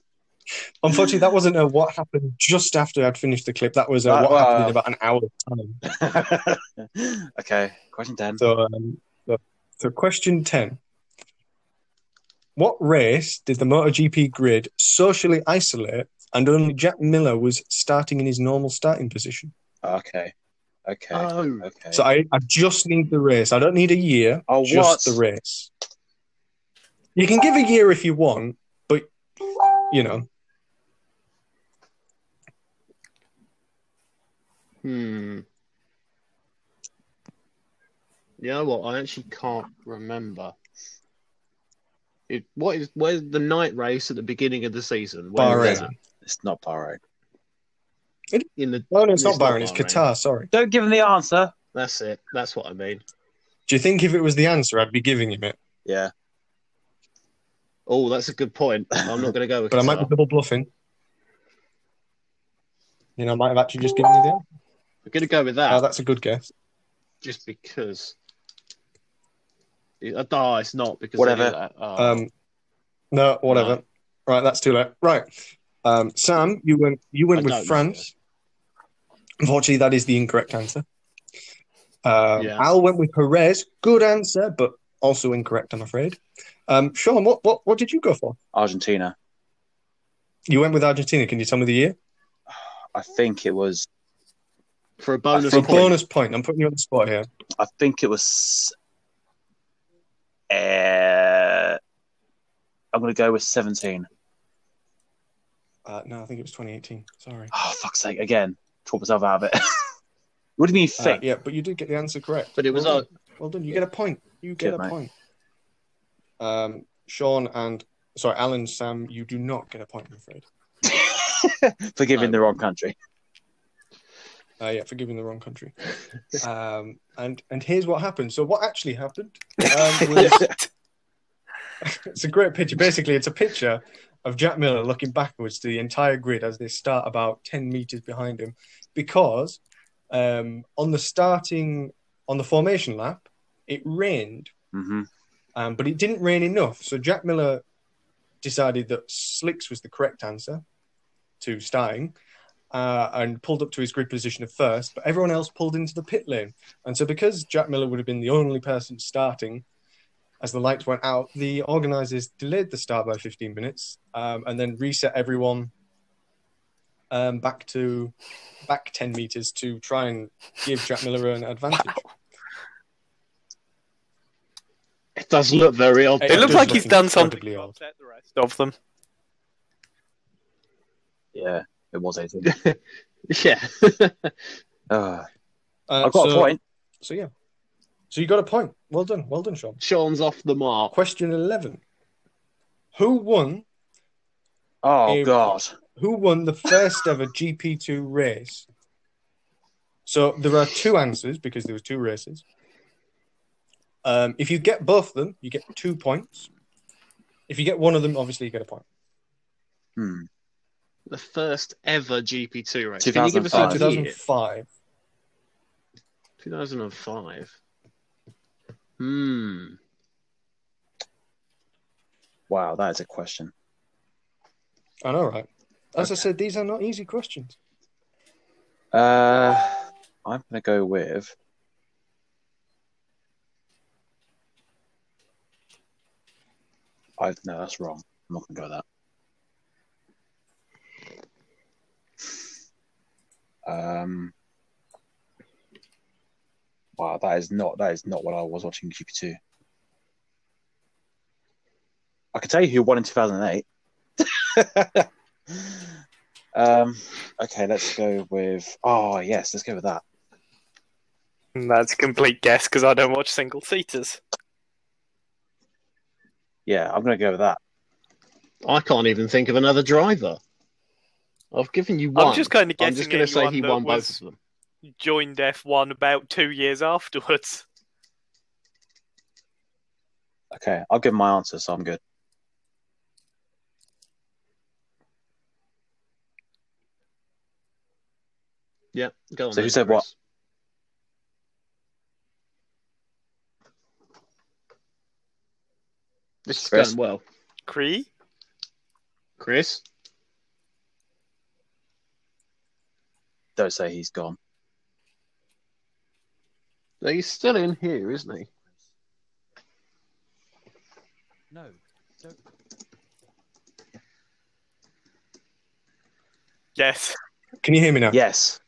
S2: Unfortunately, that wasn't a what happened just after I'd finished the clip. That was a
S1: Uh,
S2: what
S1: well,
S2: happened
S1: uh,
S2: in about an hour's time.
S1: okay, question ten.
S2: So, um, so, so question 10. What race did the MotoGP grid socially isolate and only Jack Miller was starting in his normal starting position?
S1: Okay, okay,
S3: Oh,
S1: okay.
S2: So I, I just need the race. I don't need a year,
S1: oh, what?
S2: just the race. You can give a year if you want, but, you know,
S3: hmm. You know what? I actually can't remember. It, what is where's the night race at the beginning of the season? Where is
S2: Bahrain.
S1: It's not Bahrain.
S3: that? In the
S2: Oh, no, it's
S3: It's
S2: not
S3: not
S2: Bahrain, it's
S3: Bahrain.
S2: Qatar, sorry.
S1: Don't give him the answer.
S3: that's it. That's what I mean.
S2: Do you think if it was the answer, I'd be giving him it?
S1: Yeah.
S3: Oh, that's a good point. I'm not going to go with.
S2: But I might be
S3: Qatar.
S2: double bluffing. You know, I might have actually just given you the answer.
S3: I'm going to go with that.
S2: Oh, that's a good guess.
S3: just because. It, oh, it's not because
S1: Whatever.
S3: I knew that. Oh.
S2: Um, no, whatever. Right, that's too late. Right, um, Sam, you went. You went
S3: I
S2: with
S3: don't
S2: France. Unfortunately, that is the incorrect answer. Um,
S3: Yeah.
S2: Al went with Perez. Good answer, but also incorrect, I'm afraid. Um, Sean, what, what what did you go for?
S1: Argentina.
S2: You went with Argentina. Can you tell me the year?
S1: I think it was.
S3: for a bonus
S2: For a
S1: think-
S3: point.
S2: bonus point, I'm putting you on the spot here.
S1: I think it was. Uh, I'm gonna go with 17.
S2: Uh, no, I think it was 2018. Sorry.
S1: Oh fuck's sake! Again, talk myself out of it. what do you mean
S2: Uh,
S1: think?
S2: yeah, but you did get the answer correct.
S3: But it was
S2: well
S3: uh,
S2: done. well done. You get a point. You get
S1: Good,
S2: a
S1: mate.
S2: point. Um, Sean and sorry, Alan, Sam, you do not get a point. I'm afraid.
S1: For giving
S3: No.
S1: the wrong country.
S2: Uh, yeah, for giving the wrong country. um, and and here's what happened. So what actually happened? Um, was, it's a great picture. Basically, it's a picture of Jack Miller looking backwards to the entire grid as they start about ten meters behind him, because um, on the starting on the formation lap, it rained
S1: hmm
S2: Um, but it didn't rain enough. So Jack Miller decided that slicks was the correct answer to starting uh, and pulled up to his grid position at first, but everyone else pulled into the pit lane. And so, because Jack Miller would have been the only person starting as the lights went out, the organizers delayed the start by 15 minutes um, and then reset everyone um, back to back 10 meters to try and give Jack Miller an advantage.
S3: It does look very odd.
S2: It
S4: It
S3: doesn't
S4: looks
S2: does
S4: like
S2: look
S4: he's done something
S2: incredibly
S4: to
S2: odd.
S4: upset the rest of them.
S1: Yeah, it was 18.
S3: yeah.
S1: Ah,
S2: Uh,
S1: I've got a
S2: so-
S1: point.
S2: So yeah. So you got a point. Well done. Well done, Sean.
S3: Sean's off the mark.
S2: Question eleven. Who won
S1: Oh
S2: Here-
S1: god.
S2: who won the first ever GP2 race? So there are two answers because there were two races. Um, if you get both of them, you get two points. If you get one of them, obviously you get a point.
S1: Hmm.
S3: The first ever GP2 race. Can you give us
S2: So
S1: Five.
S3: a year?
S2: 2005.
S3: 2005. Hmm.
S1: Wow, that is a question.
S2: I know, right? As I
S1: Okay.
S2: said, these are not easy questions.
S1: Uh, I'm gonna go with. I no, that's wrong. I'm not gonna go with that. Um. Wow, that is not that is not what I was watching GP two. I can tell you who won in two thousand and eight. um. Okay, let's go with. Oh yes, let's go with that.
S4: Mm, That's a complete guess because I don't watch single seaters.
S1: Yeah, I'm gonna go with that.
S3: I can't even think of another driver. I've given you one.
S4: I'm just kind of
S3: I'm
S4: guessing.
S3: just going to say
S4: anyone
S3: he
S4: that
S3: won both
S4: was
S3: of them.
S4: Joined F1 about two years afterwards.
S1: Okay, I'll give my answer, so I'm good.
S3: Yeah, go on.
S1: So who
S3: then,
S1: said what?
S3: Chris. This is
S1: Chris?
S3: going well.
S4: Cree?
S3: Chris?
S1: Don't say he's gone.
S3: No, he's still in here, isn't he?
S1: No. Don't.
S4: Yes.
S2: Can you hear me now?
S1: Yes,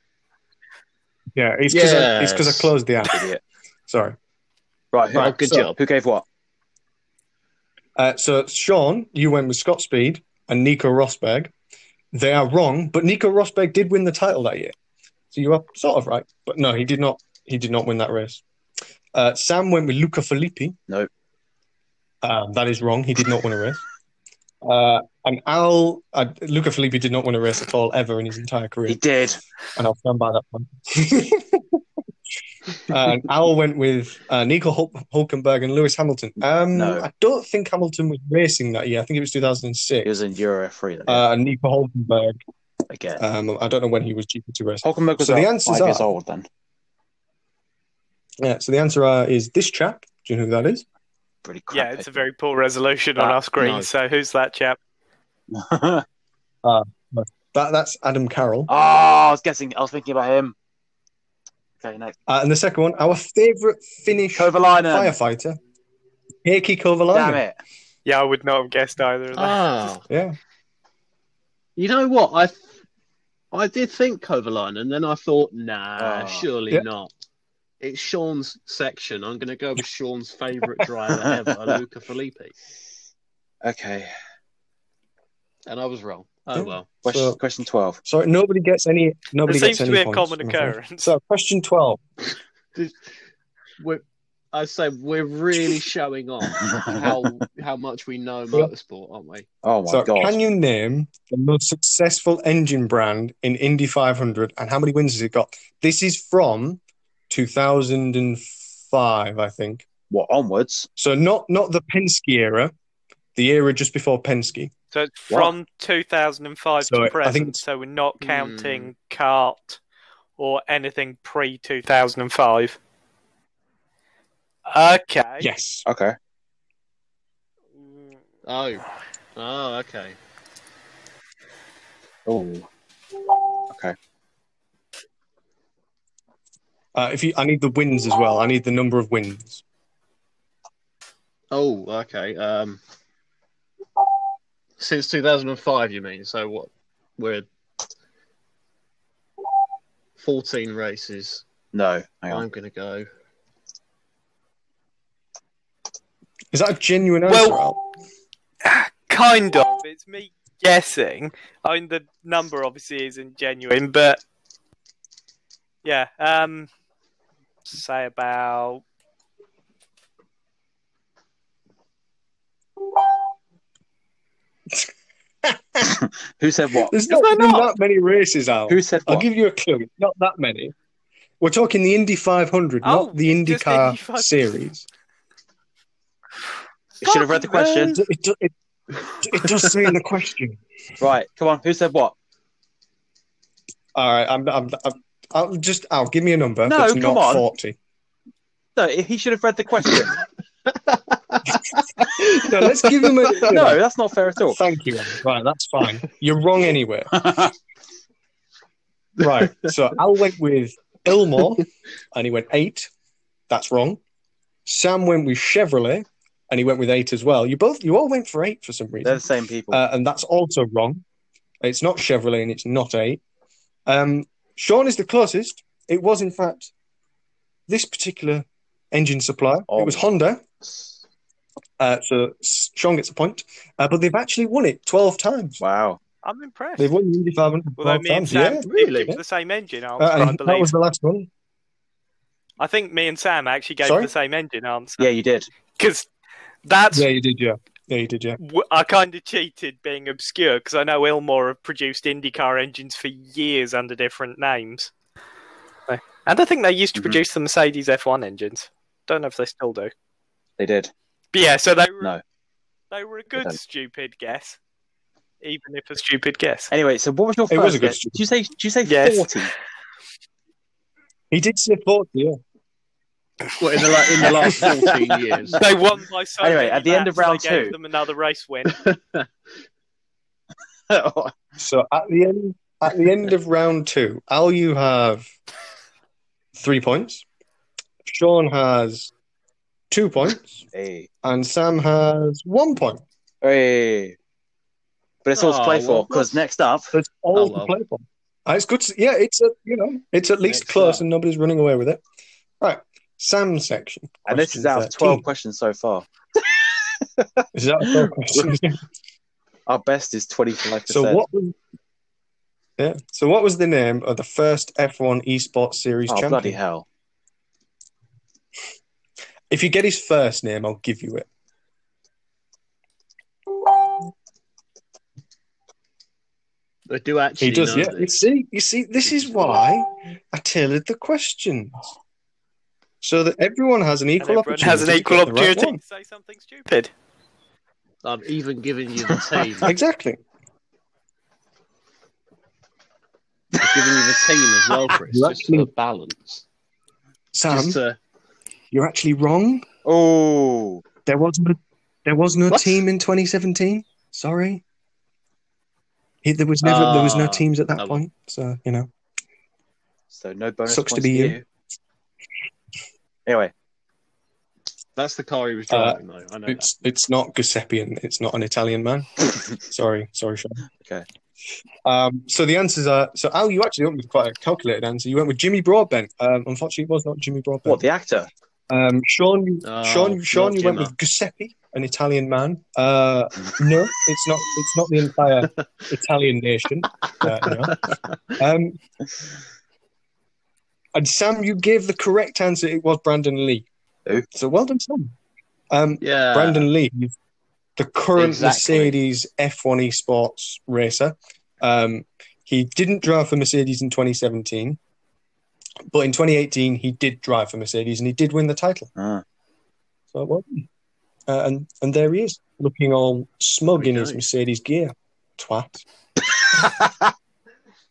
S2: Yeah, it's because it's because I
S3: Yes.
S2: closed the app.
S1: idiot.
S2: Sorry.
S1: Right, who,
S3: Right, good
S2: so-
S3: job.
S1: who gave what?
S2: Uh, so Sean, you went with Scott Speed and Nico Rosberg. They are wrong, but Nico Rosberg did win the title that year, so you are sort of right. But no, he did not. He did not win that race. Uh, Sam went with Luca Filippi.
S1: No.
S2: um, that is wrong. He did not win a race. Uh, and Al uh, Luca Filippi did not win a race at all ever in his entire career
S1: He did.
S2: and I'll stand by that one. and Al went with uh, Nico Hul- Hulkenberg and Lewis Hamilton. Um,
S1: No.
S2: I don't think Hamilton was racing that year. I think it was
S1: He
S2: 2006.
S1: was in Euro F3 that year,
S2: Uh, and Nico Hulkenberg.
S1: again.
S2: Um, I don't know when he was GP2 racing.
S1: Hulkenberg was
S2: so the
S1: about
S2: answers
S1: five years
S2: are-
S1: old then.
S2: Yeah. So the answer uh, is this chap. Do you know who that is?
S1: Pretty
S4: Yeah,
S1: crap.
S4: it's a very poor resolution on
S1: That-
S4: our screen.
S3: no.
S4: So who's that chap?
S1: oh,
S2: That that's Adam Carroll.
S1: Ah, I was guessing. I was thinking about him. Okay, next.
S2: Uh, and the second one, our favourite Finnish
S1: Kovalainen.
S2: firefighter, Heikki Kovalainen.
S1: Damn it.
S4: Yeah, I would not have guessed either of them.
S3: Ah,
S2: Yeah.
S3: you know what? I I did think Kovalainen, and then I thought, nah,
S1: Ah.
S3: surely
S2: Yeah.
S3: not. It's Sean's section. I'm going to go with Sean's favourite driver ever, Luca Filippi.
S1: Okay.
S3: And I was wrong.
S2: Yeah.
S3: Oh, well.
S1: Question,
S2: So-
S1: question 12.
S2: Sorry, nobody gets any.
S4: it
S2: Nobody gets
S4: seems to
S2: any
S4: be a
S2: points,
S4: common
S2: I'm afraid.
S4: occurrence.
S2: So question twelve.
S3: We're, I say we're really showing off how how much we know motorsport, aren't we?
S1: Oh my
S2: so,
S1: god.
S2: can you name the most successful engine brand in Indy 500 and how many wins has it got? This is from 2005, I think.
S1: What, onwards?
S2: So, not not the Penske era, the era just before Penske.
S4: So it's
S1: What?
S4: from 2005
S2: So I- I
S4: to
S2: think
S4: present.
S2: it's-
S4: So we're not counting CART or anything pre 2005. Okay.
S2: Yes.
S1: Okay.
S3: Oh. Oh, okay.
S1: Oh. Okay.
S2: Uh, if you, I need the wins as well. I need the number of wins.
S3: Oh, okay. Um, since 2005, you mean? So what? We're 14 races.
S1: No, hang on.
S3: I'm gonna go.
S2: Is that a genuine answer?
S4: Well-
S2: Al?
S4: Kind of. It's me guessing. I mean, the number obviously isn't genuine, but yeah. Um, say about
S1: Who said what?
S2: There's
S4: Is
S2: not,
S4: there
S2: been
S4: not?
S2: that many races out.
S1: Who said
S2: I'll
S1: what?
S2: give you a clue. It's Not that many. We're talking the Indy 500,
S4: Oh,
S2: not the
S4: just
S2: IndyCar
S4: Indy 500.
S2: series.
S1: You should have read the
S4: Fucking
S1: question.
S2: It, it, it, it does say in the question.
S1: Right, come on. Who said what?
S2: All right, I'm, I'm, I'm I'll just, I'll give me a number
S1: No,
S2: that's
S1: come
S2: not
S1: on.
S2: 40.
S1: No, he should have read the question.
S2: No, let's give him a.
S1: no, that's not fair at all.
S2: Thank you. Adam. Right, that's fine. You're wrong anyway. Right. So Al went with Ilmore, and he went eight. That's wrong. Sam went with Chevrolet, and he went with eight as well. You both, you all went for eight for some
S1: They're
S2: reason,
S1: the same people.
S2: uh, and that's also wrong. It's not Chevrolet, and it's not eight. Um, Sean is the closest. It was, in fact, this particular engine supplier.
S1: Oh.
S2: It was Honda. Uh, so Sean gets a point, uh, but they've actually won it twelve times.
S1: wow.
S4: I'm impressed.
S2: They've won the Indy 500
S4: Although
S2: twelve
S4: me and
S2: times.
S4: Sam
S2: Yeah,
S4: did
S3: really?
S4: give the same engine answer,
S2: Uh,
S4: I
S2: and that
S4: believe.
S2: was the last one.
S4: I think me and Sam actually gave
S2: Sorry?
S4: the same engine answer
S1: Yeah, you did.
S4: because that's
S2: Yeah, you did, yeah. Yeah, you did, yeah.
S4: w- I kind of cheated being obscure because I know Ilmore have produced IndyCar engines for years under different names. So- And I think they used to
S1: Mhm.
S2: Mm-hmm.
S4: produce the Mercedes F1 engines. Don't know if they still do.
S1: They did.
S4: But yeah, so they were,
S1: No.
S4: they were a good
S1: don't.
S4: stupid guess, even if a stupid guess.
S1: Anyway, so what was your
S2: It
S1: first
S2: was a good
S1: guess? Did you say did you say
S4: Yes.
S1: 40?
S2: He did say 40, yeah.
S3: What, in, the, la- in the last 14 years?
S4: They won by so
S1: Anyway,
S4: many
S1: at the end of
S4: laps,
S1: round
S4: they gave
S1: two-
S4: them another race win.
S2: So at the end at the end of round two, Al you have three points. Sean has two points,
S1: hey.
S2: and Sam has one point.
S1: Hey. But it's all to
S3: Oh,
S1: play for
S3: well,
S1: because next up
S2: So it's all
S3: Oh,
S2: to
S3: well.
S2: play for. Uh, It's good. To, yeah, it's a, you know it's at least
S3: Next
S2: close,
S3: up.
S2: and nobody's running away with it. Right, Sam's section.
S1: and this is
S2: Question
S1: out of 12
S2: 13.
S1: questions so far.
S2: Is that a fair question?
S1: Our best is 25%.
S2: So what? Was, yeah. So what was the name of the first F1 esports series
S1: oh,
S2: champion?
S1: bloody hell.
S2: If you get his first name, I'll give you it.
S3: They do actually.
S2: He does.
S3: know
S2: Yeah. You
S3: this.
S2: see. You see. This is why I tailored the questions so that everyone has an equal
S4: everyone
S2: opportunity.
S4: has an
S2: to
S4: equal
S2: get the right
S4: opportunity.
S2: one.
S4: Say something stupid.
S3: I'm even giving you the team.
S2: Exactly.
S3: I've given you the team as well, Chris,
S2: You're
S3: just
S2: actually-
S3: for balance.
S2: Sam,
S3: just uh, to,
S2: you're actually wrong.
S1: Oh,
S2: There was no. There was no
S3: What?
S2: team in 2017. Sorry. He, there was never. there was no
S3: Ah,
S2: teams at that
S3: oh.
S2: point. So you know.
S1: so no bonus
S2: Sucks to
S1: points
S2: be
S1: for
S2: you.
S1: Anyway,
S3: that's the car he was
S2: Uh,
S3: driving, though. I know that.
S2: It's it's not Giuseppian. It's not an Italian man. sorry, sorry, Sean.
S1: Okay.
S2: Um, so the answers are so Al, you actually went with quite a calculated answer. You went with Jimmy Broadbent. Um, unfortunately, it was not Jimmy
S1: what
S2: Broadbent.
S1: the actor?
S2: um, Sean, you-
S3: Oh,
S2: Sean, Sean,
S3: not
S2: you went
S3: Jimmer.
S2: with Giuseppe, an Italian man. Uh, no, it's not. It's not the entire Italian nation. Uh, no. Um, and Sam, you gave the correct answer. It was Brandon Lee.
S1: Who?
S2: So well done, Sam. Um,
S3: Yeah.
S2: Brandon Lee, the current
S3: Uh, Exactly.
S2: Mercedes F1 esports racer. Um, he didn't drive for Mercedes in 2017, but in 2018 he did drive for Mercedes and he did win the title.
S1: Ah,
S2: So well, done. uh, and and there he is, looking all smug
S3: Very
S2: in his
S3: nice.
S2: Mercedes gear. Twat.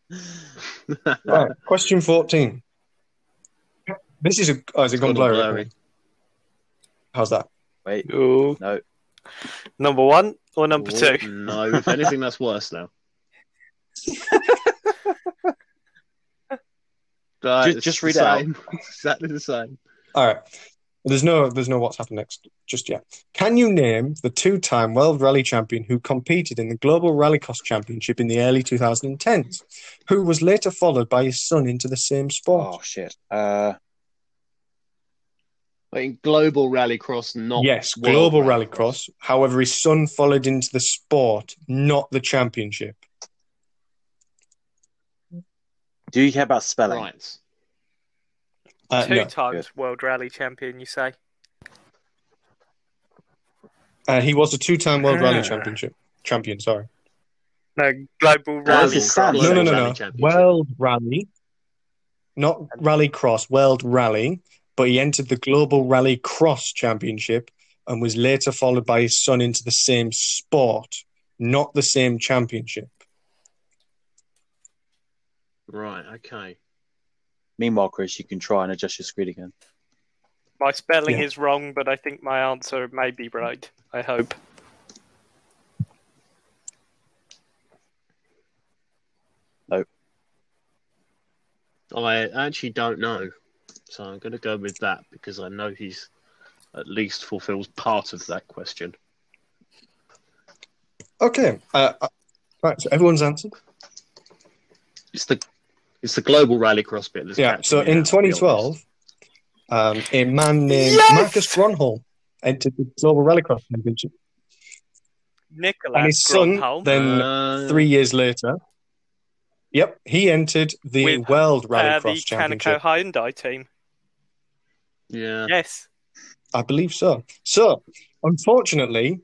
S1: Right.
S2: Right. Question 14. This is a. Oh, has it gone
S3: It's gone
S2: blurry?
S3: blurry.
S2: How's that?
S1: wait, no.
S4: Number one or number two?
S3: Oh, No, if anything, that's worse now. Right,
S1: Just-
S3: it's
S1: just
S3: the
S1: read it out.
S3: same. It's exactly the same.
S2: All right. There's no there's no what's happened next just yet. Can you name the two-time World Rally Champion who competed in the Global Rallycross Championship in the early 2010s, who was later followed by his son into the same sport?
S1: Oh, shit. Uh,
S3: I think global rallycross, Oh, not
S2: yes,
S3: world
S2: Global Rallycross. However, his son followed into the sport, not the championship.
S1: do you care about spelling?
S3: Right.
S2: Uh,
S4: Two
S2: no.
S4: times world rally champion, you say?
S2: Uh, he was a two-time World Rally
S4: Ah.
S2: Championship champion. Sorry.
S4: No, global
S1: That's
S4: rally.
S1: his son.
S2: No, no, no, no.
S3: Championship.
S2: Uh, World Rally, not Rally Cross, World Rally. But he entered the Global Rally Cross Championship and was later followed by his son into the same sport, not the same championship.
S3: Right, okay.
S1: Meanwhile, Chris, you can try and adjust your screen again.
S4: My spelling
S2: Yeah.
S4: is wrong, but I think my answer may be right. I hope.
S3: Oh, I actually don't know. So I'm going to go with that because I know he's at least fulfills part of that question.
S2: Okay. Uh, uh, right. So everyone's answered.
S3: It's the it's the global rallycross bit. That's
S2: Yeah.
S3: catching
S2: So
S3: me
S2: in
S3: out, I'll be
S2: 2012, um, a man named
S4: Yes!
S2: Marcus Gronholm entered the Global Rallycross Championship,
S4: Nicholas
S2: and his son
S4: Gronholm.
S2: then
S3: honest. Uh,
S2: three years later. Yep, he entered the
S4: With,
S2: World
S4: uh,
S2: Rallycross
S4: the Kaneko
S2: Championship.
S4: Hyundai team.
S3: Yeah.
S4: Yes.
S2: I believe so. So, unfortunately,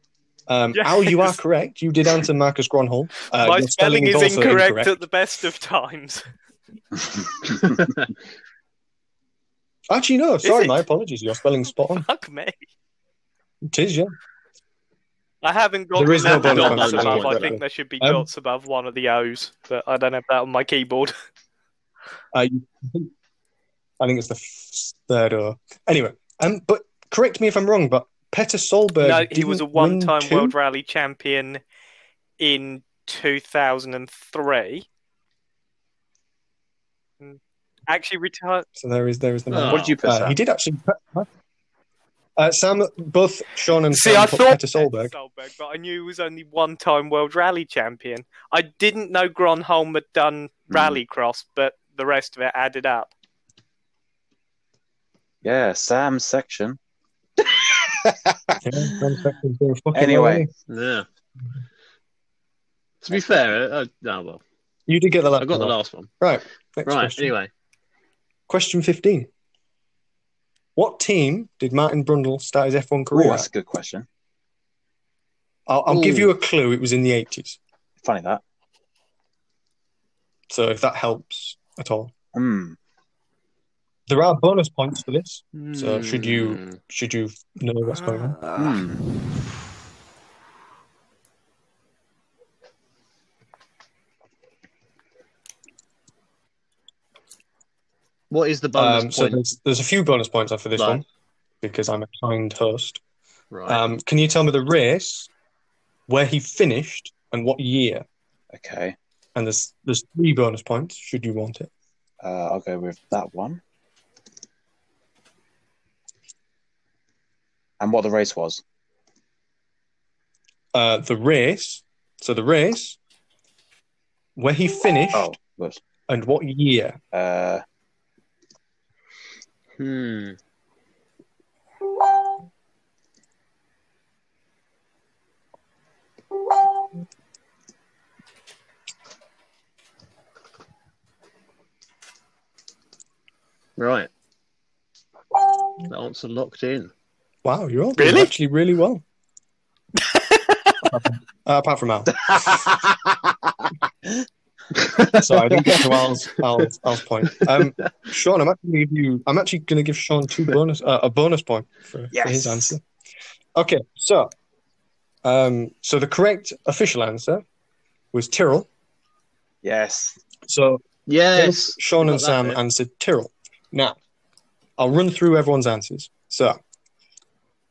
S2: um,
S4: Yes.
S2: Al, you are correct. You did answer Marcus Gronholm. Uh,
S4: my
S2: your
S4: spelling, is
S2: also
S4: incorrect, at the best of times.
S2: Actually, no.
S4: Is
S2: Sorry,
S4: it?
S2: my apologies. Your spelling's spot on.
S4: Fuck me.
S2: It is, yeah.
S4: I haven't got
S2: There is no
S4: the
S3: bonus points,
S4: dots above.
S3: sorry.
S4: I think there should be
S2: Um,
S4: dots above one of the O's, but I don't have that on my keyboard.
S2: Uh, you- I think it's the f- third or anyway. Um, but correct me if I'm wrong, but Petter Solberg.
S4: no, he was a
S2: didn't win
S4: one-time
S2: two?
S4: World Rally champion in 2003. Mm. Actually retired.
S2: So there is there is the
S3: Oh.
S2: man.
S1: What did you put,
S2: Uh,
S1: Sam?
S2: he did actually. Uh, Sam, both Sean and
S4: See,
S2: Sam
S4: I
S2: put
S4: thought-
S2: Petter Solberg.
S4: Solberg, but I knew he was only one-time World Rally champion. I didn't know Gronholm had done
S2: Hmm.
S4: Rallycross, but the rest of it added up.
S1: Yeah, Sam's section.
S2: Yeah, Sam Sexton's doing fucking well,
S1: Anyway.
S2: isn't
S3: Yeah. To be fair, uh, no, well,
S2: he? you did get the last.
S3: I got the
S2: one.
S3: last one.
S2: Right. Next
S3: right.
S2: Question.
S3: Anyway,
S2: Question 15. What team did Martin Brundle start his F1
S1: Ooh,
S2: career
S1: that's
S2: at?
S1: a good question.
S2: I'll, I'll give
S3: Ooh.
S2: you a clue. It was in the 80s.
S1: Funny that.
S2: So if that helps at all.
S1: Hmm.
S2: There are bonus points for this. So
S3: Hmm.
S2: should you- Should you know what's going on?
S3: Ah.
S1: Hmm.
S3: What is the bonus
S2: Um, so
S3: point?
S2: there's, there's a few bonus points after this
S3: Right.
S2: one because I'm a kind host.
S3: Right.
S2: Um, can you tell me the race, where he finished, and what year?
S1: Okay.
S2: And there's there's three bonus points should you want it.
S1: Uh, I'll go with that one. And what the race was.
S2: Uh, the race. So the race, where he finished,
S1: Oh, whoops.
S2: and what year?
S1: Uh,
S3: hmm. Right. The answer locked in.
S2: Wow, you're all doing
S4: Really?
S2: actually really well. uh, apart from Al, so I didn't get to Al's, Al's, Al's point. Um, Sean, I'm actually going to give you. I'm actually going to give Sean two bonus uh, a bonus point for, for his
S1: Yes.
S2: answer. Okay, so um, so the correct official answer was Tyrrell.
S1: yes.
S2: So
S3: Yes.
S2: both Sean and
S3: Got that
S2: Sam
S3: bit.
S2: answered Tyrrell. Now, I'll run through everyone's answers. So,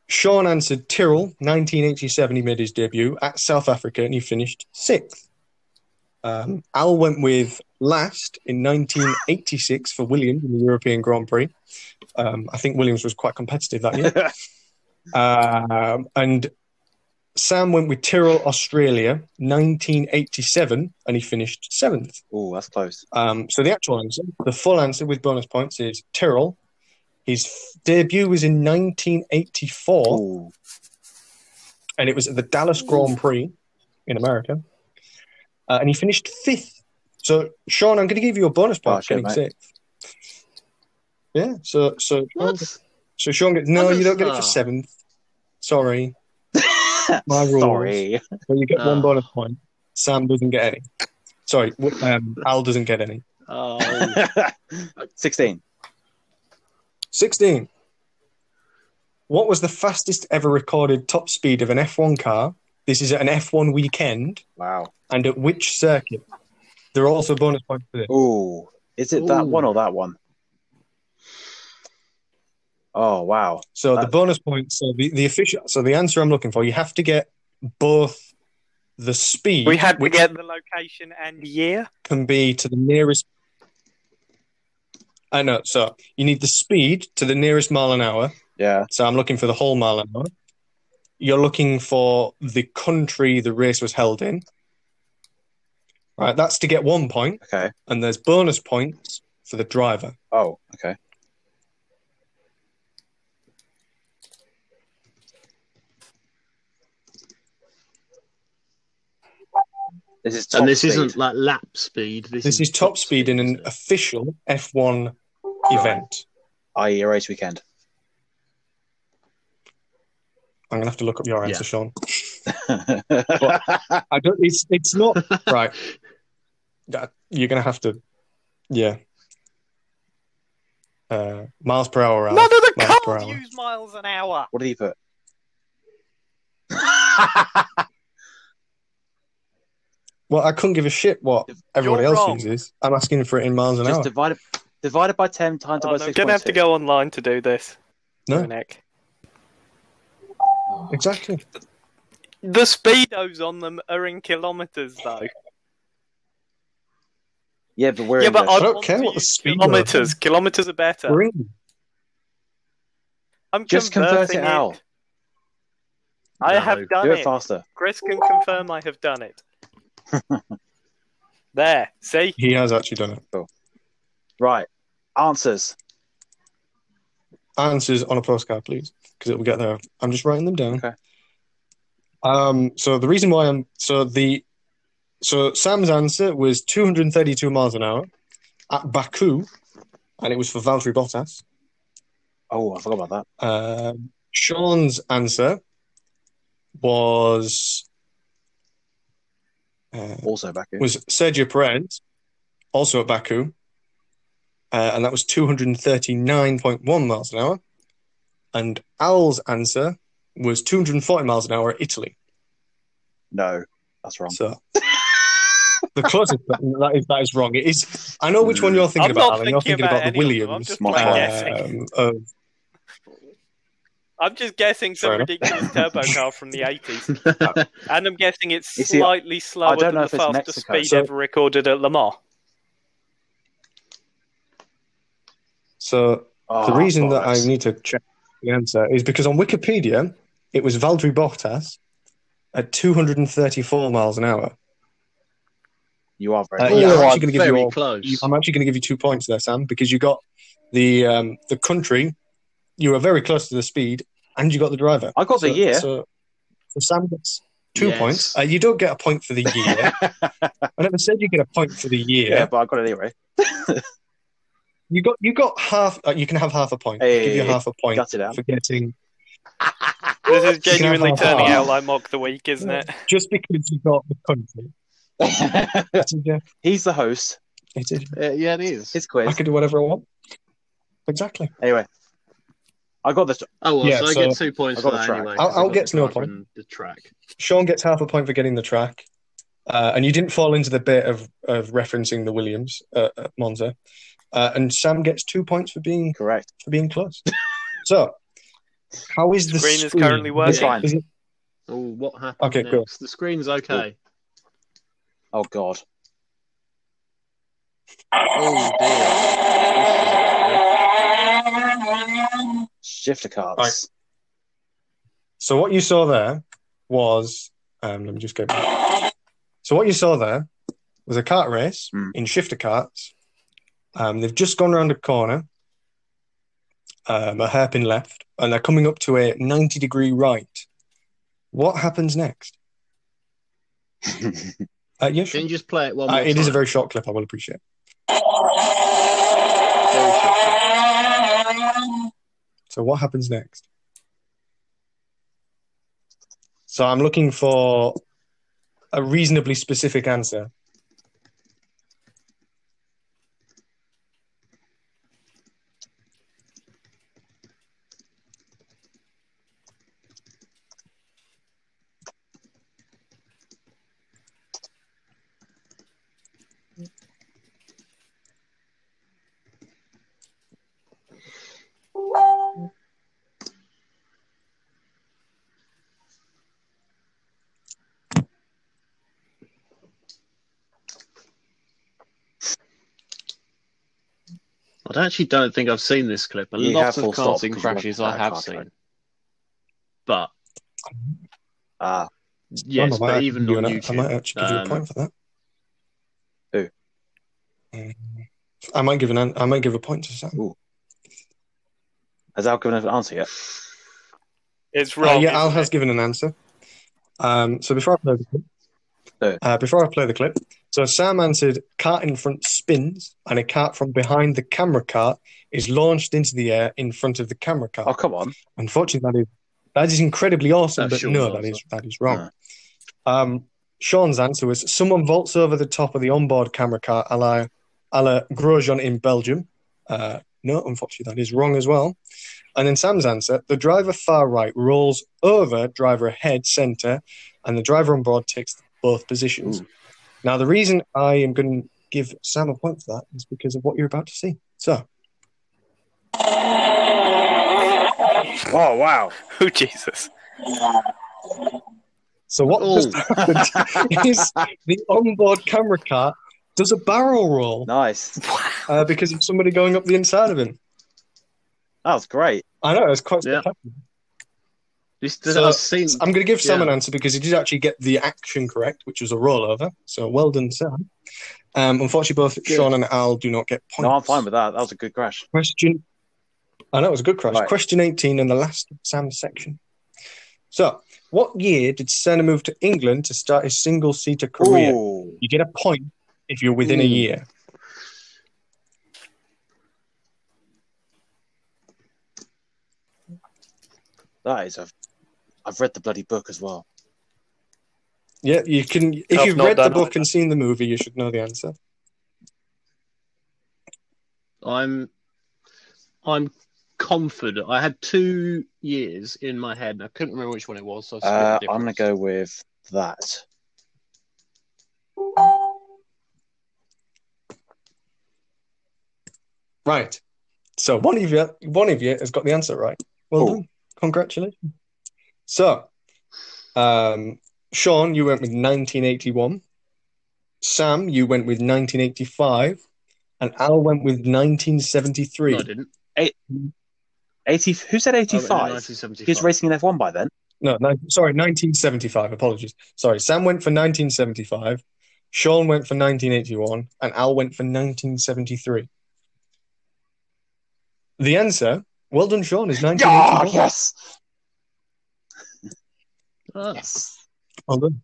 S2: Sean answered Tyrrell, 1987. He made his debut at South Africa and he finished sixth. Um, Al went with last in 1986 for Williams in the European Grand Prix. Um, I think Williams was quite competitive that year. Um, and Sam went with Tyrrell, Australia, 1987, and he finished seventh.
S1: Oh, that's close.
S2: Um, so the actual answer, the full answer with bonus points is Tyrrell. His f- debut was in 1984,
S1: Ooh.
S2: and it was at the Dallas Grand Prix in America. Uh, and he finished fifth. So, Sean, I'm going to give you a bonus point
S1: Oh,
S2: for
S1: shit,
S2: getting
S1: mate.
S2: sixth. Yeah. So, so,
S3: What?
S2: so Sean gets no.
S3: What
S2: You
S3: is
S2: don't
S1: Ah.
S2: get it for
S3: that?
S2: seventh. Sorry, My rules.
S1: Sorry.
S2: but you get
S3: Ah.
S2: one bonus point. Sam doesn't get any. Sorry, w- um, Al doesn't get any.
S3: Oh,
S1: 16.
S2: 16. What was the fastest ever recorded top speed of an F1 car? This is at an F1 weekend.
S1: Wow.
S2: And at which circuit? There are also bonus points for this.
S1: Ooh. Is it that
S3: Ooh.
S1: one or that one? Oh, wow.
S2: So the
S4: Uh,
S1: That-
S2: bonus points, so the, the official, so the answer I'm looking for, you have to get both the speed,
S4: We had to
S2: which
S4: get the location and year.
S2: can be to the nearest. I know. So you need the speed to the nearest mile an hour.
S1: Yeah.
S2: So I'm looking for the whole mile an hour. You're looking for the country the race was held in. Right, that's to get one point,
S1: Okay.
S2: and there's bonus points for the driver.
S1: Oh, okay. This is top
S3: and this
S1: speed.
S3: isn't like lap speed. This,
S2: This is top speed in an uh,
S3: isn't it?
S2: official F1 event.
S1: i.e. a race weekend.
S2: I'm gonna have to look up your answer,
S3: Yeah.
S2: Sean.
S1: Well,
S2: I don't. It's it's not right. That- You're gonna have to. Yeah. Uh, miles per hour. Al.
S4: None of the
S2: miles per
S4: cars
S2: hour.
S4: use miles an hour.
S1: what did he put?
S2: Well, I couldn't give a shit what
S1: You're
S2: everybody else
S4: wrong.
S2: uses. I'm asking for it in miles an
S1: Just
S2: hour.
S1: divided divided by ten times it by
S4: I'm
S1: six.
S4: Oh, gonna have to go online to do this.
S2: No.
S4: Dominic.
S2: Exactly.
S4: The speedos on them are in kilometers, though.
S1: Yeah, but we're
S4: yeah,
S1: in
S4: but
S1: the-
S4: I
S2: I don't
S4: want
S2: care
S4: to
S2: what the
S4: use
S2: speed
S4: Kilometers. Kilometers are better.
S2: We're in.
S4: I'm
S1: Just convert
S4: converting
S1: it out.
S4: I
S3: No,
S4: have done
S1: do
S4: it.
S1: it faster.
S4: Chris can confirm I have done it. there. See?
S2: He has actually done it.
S1: Right. Answers.
S2: Answers on a postcard, please, because it will get there. I'm just writing them down.
S1: Okay.
S2: Um. So the reason why I'm so the so Sam's answer was 232 miles an hour at Baku, and it was for Valtteri Bottas.
S1: Oh, I forgot about that.
S2: Um, Sean's answer was uh,
S1: Also back in.
S2: was Sergio Perez, also at Baku, uh, and that was two hundred thirty nine point one miles an hour. And Al's answer was two hundred forty miles an hour at Italy.
S1: No, that's wrong.
S2: So. The closest that is that is wrong. It is. I know which one you're thinking
S4: I'm
S2: about.
S4: not
S2: Alan. You're thinking
S4: thinking about
S2: about, the
S4: any of them. I'm
S2: Williams.
S4: just
S1: Smart
S4: like
S1: one.
S4: guessing.
S2: um, of
S4: I'm just guessing some
S2: Fair enough.
S4: ridiculous turbo car from the 80s.
S2: uh,
S3: Oh,
S4: And I'm guessing it's
S1: You see,
S4: slightly slower
S1: I don't
S4: than
S1: know if
S4: the
S1: it's
S4: fastest
S1: Mexico.
S4: speed
S2: So-
S4: ever recorded at Le Mans.
S2: so
S1: Oh,
S2: the reason that I
S1: bollocks.
S2: need to check the answer is because on Wikipedia it was Valtteri Bottas at 234 miles an hour.
S1: you are very
S2: Uh,
S1: right.
S2: yeah, I'm
S3: Oh,
S2: actually gonna give
S3: very
S2: you all-
S3: close.
S2: I'm actually going to give you two points there, Sam, because you got the um, the country. You were very close to the speed, and you got the driver.
S1: I got the
S2: So-
S1: year.
S2: So, so Sam gets two
S3: Yes.
S2: points. Uh, you don't get a point for the year. I never said you get a point for the year.
S1: Yeah, but I got it anyway.
S2: You got you got half. Uh, you can have half a point. I'll give you
S1: Hey,
S2: half a point
S1: Gut it out.
S2: for getting You
S4: This is
S2: can have
S4: genuinely
S2: half
S4: turning
S2: an hour.
S4: out like Mock the Week, isn't it?
S2: just because you got the country. It is, yeah,
S1: He's the host.
S2: it is.
S3: Uh, yeah, it is.
S1: His
S2: I
S1: quiz.
S2: could do whatever I want. Exactly.
S1: Anyway, I got this.
S3: Oh well,
S2: Yeah,
S3: so I
S2: so-
S3: get two points
S1: I got
S3: for
S1: the
S3: that
S1: track.
S3: anyway.
S2: I'll-
S3: 'cause I
S2: I'll
S3: got
S2: get
S3: the
S2: to no
S3: driver
S2: point.
S3: and The track.
S2: Sean gets half a point for getting the track, uh, and you didn't fall into the bit of, of referencing the Williams uh, at Monza. Uh, and Sam gets two points for being
S1: Correct.
S2: for being close. so, how is the
S4: Screen
S2: screen?
S4: is currently working.
S1: It's fine.
S2: Is it-
S3: Oh, what happened?
S2: Okay, cool.
S3: next? The screen's okay.
S1: Oh, God.
S3: Oh dear.
S1: Shifter carts.
S2: Right. So what you saw there was um, let me just go back. So what you saw there was a cart race
S1: Hmm.
S2: in shifter carts. Um, they've just gone around a corner, um, a hairpin left, and they're coming up to a ninety degree right. What happens next? Uh, yes,
S3: Can you just play it one more
S2: uh, it
S3: time?
S2: is a very short clip. I will appreciate. it.
S3: Very short.
S2: So what happens next? So I'm looking for a reasonably specific answer.
S3: I actually don't think I've seen this clip. A
S1: You have
S3: lot
S1: full
S3: of
S1: stop
S3: karting
S1: because you
S3: crashes
S1: want
S3: I
S1: that
S3: have
S1: car to
S3: seen.
S1: win.
S3: But
S1: Ah,
S3: yes,
S2: I might
S3: but
S2: actually
S3: even
S2: give
S3: on
S2: you an- I might
S3: YouTube,
S2: actually give you a
S3: um,
S2: point for that.
S1: Who?
S2: Um, I might give an. an- I might give a point to Sam.
S1: has Al given an answer yet?
S4: It's
S2: Uh,
S1: Oh,
S4: wrong.
S2: yeah, Al
S4: isn't
S2: has
S4: it?
S2: given an answer. Um, so before I play the clip,
S1: No.
S2: uh, before I play the clip, so Sam answered: "Cart in front spins, and a cart from behind the camera cart is launched into the air in front of the camera cart."
S1: Oh, come on.
S2: Unfortunately, that is that is incredibly awesome,
S3: That's
S2: but
S3: Sean's
S2: no, that
S3: answer.
S2: is that is wrong. Um, Sean's answer was: "Someone vaults over the top of the onboard camera car, a la, a la Grosjean in Belgium." Uh, no, unfortunately, that is wrong as well. And then Sam's answer: "The driver far right rolls over driver ahead center, and the driver on board takes both positions."
S1: Ooh.
S2: Now, the reason I am going to give Sam a point for that is because of what you're about to see. So,
S1: Oh, wow.
S4: Oh Jesus!
S2: so what
S3: Oh.
S2: just happened is the onboard camera car does a barrel roll
S1: Nice.
S2: uh, because of somebody going up the inside of him.
S1: That was great.
S2: I know it's quite
S3: Yeah.
S2: spectacular.
S3: This,
S2: So-
S3: I've seen.
S2: I'm going to give Sam
S3: Yeah.
S2: an answer because he did actually get the action correct, which was a rollover. So well done, Sam. Um, unfortunately, both Sean and Al do not get points.
S1: No, I'm fine with that. That was a good crash.
S2: Question. I know it was a good crash.
S1: Right.
S2: Question 18 and the last of Sam's section. So, what year did Senna move to England to start his single seater career?
S1: Ooh.
S2: You get a point if you're within a
S3: Ooh.
S2: year.
S1: That is a. I've read the bloody book as well.
S2: Yeah, you can. If
S4: I've
S2: you've
S4: not
S2: read the
S4: done
S2: book
S4: either.
S2: and seen the movie, you should know the answer.
S3: I'm I'm confident. I had two years in my head, and I couldn't remember which one it was. So I split
S1: Uh,
S3: the
S1: I'm going to
S3: difference.
S1: go with that.
S2: Right. So one of you, one of you has got the answer right. Well
S1: Cool.
S2: done. Congratulations. So, um, Sean, you went with 1981. Sam, you went with 1985, and Al went with 1973.
S3: No, I didn't. Oh,
S1: 80, who said
S3: I went Oh, in
S1: 85? He was
S3: 1975.
S1: racing in F1 by then.
S2: No, no, sorry, 1975. Apologies. Sorry, Sam went for 1975, Sean went for 1981, and Al went for 1973. The answer, well done, Sean, is 1981.
S1: Yeah, yes.
S3: Ah,
S1: Yes.
S2: Well done.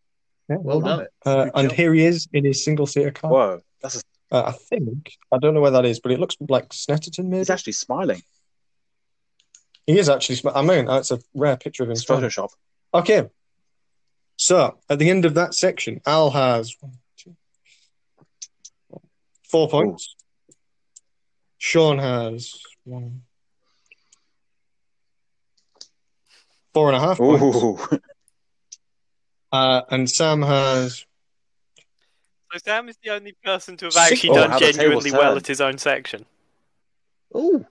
S2: Yeah, well
S3: well
S2: done.
S3: done.
S2: Uh,
S3: Good
S2: and
S3: job.
S2: here he is in his single seater car.
S1: Whoa. That's a,
S2: Uh, I think I don't know where that is, but it looks like Snetterton. Maybe
S1: he's actually smiling.
S2: he is actually. sm- I mean, that's a rare picture of him.
S1: It's
S2: smiling.
S1: Photoshop.
S2: Okay. So at the end of that section, Al has one, two, four points. Sean has one, four and a half points,
S1: Ooh.
S2: uh, and Sam has
S4: So Sam is the only person to have
S2: Six-
S4: actually
S2: Oh,
S4: done
S1: how the tables
S4: genuinely well
S1: turn.
S4: at his own section.
S3: Ooh,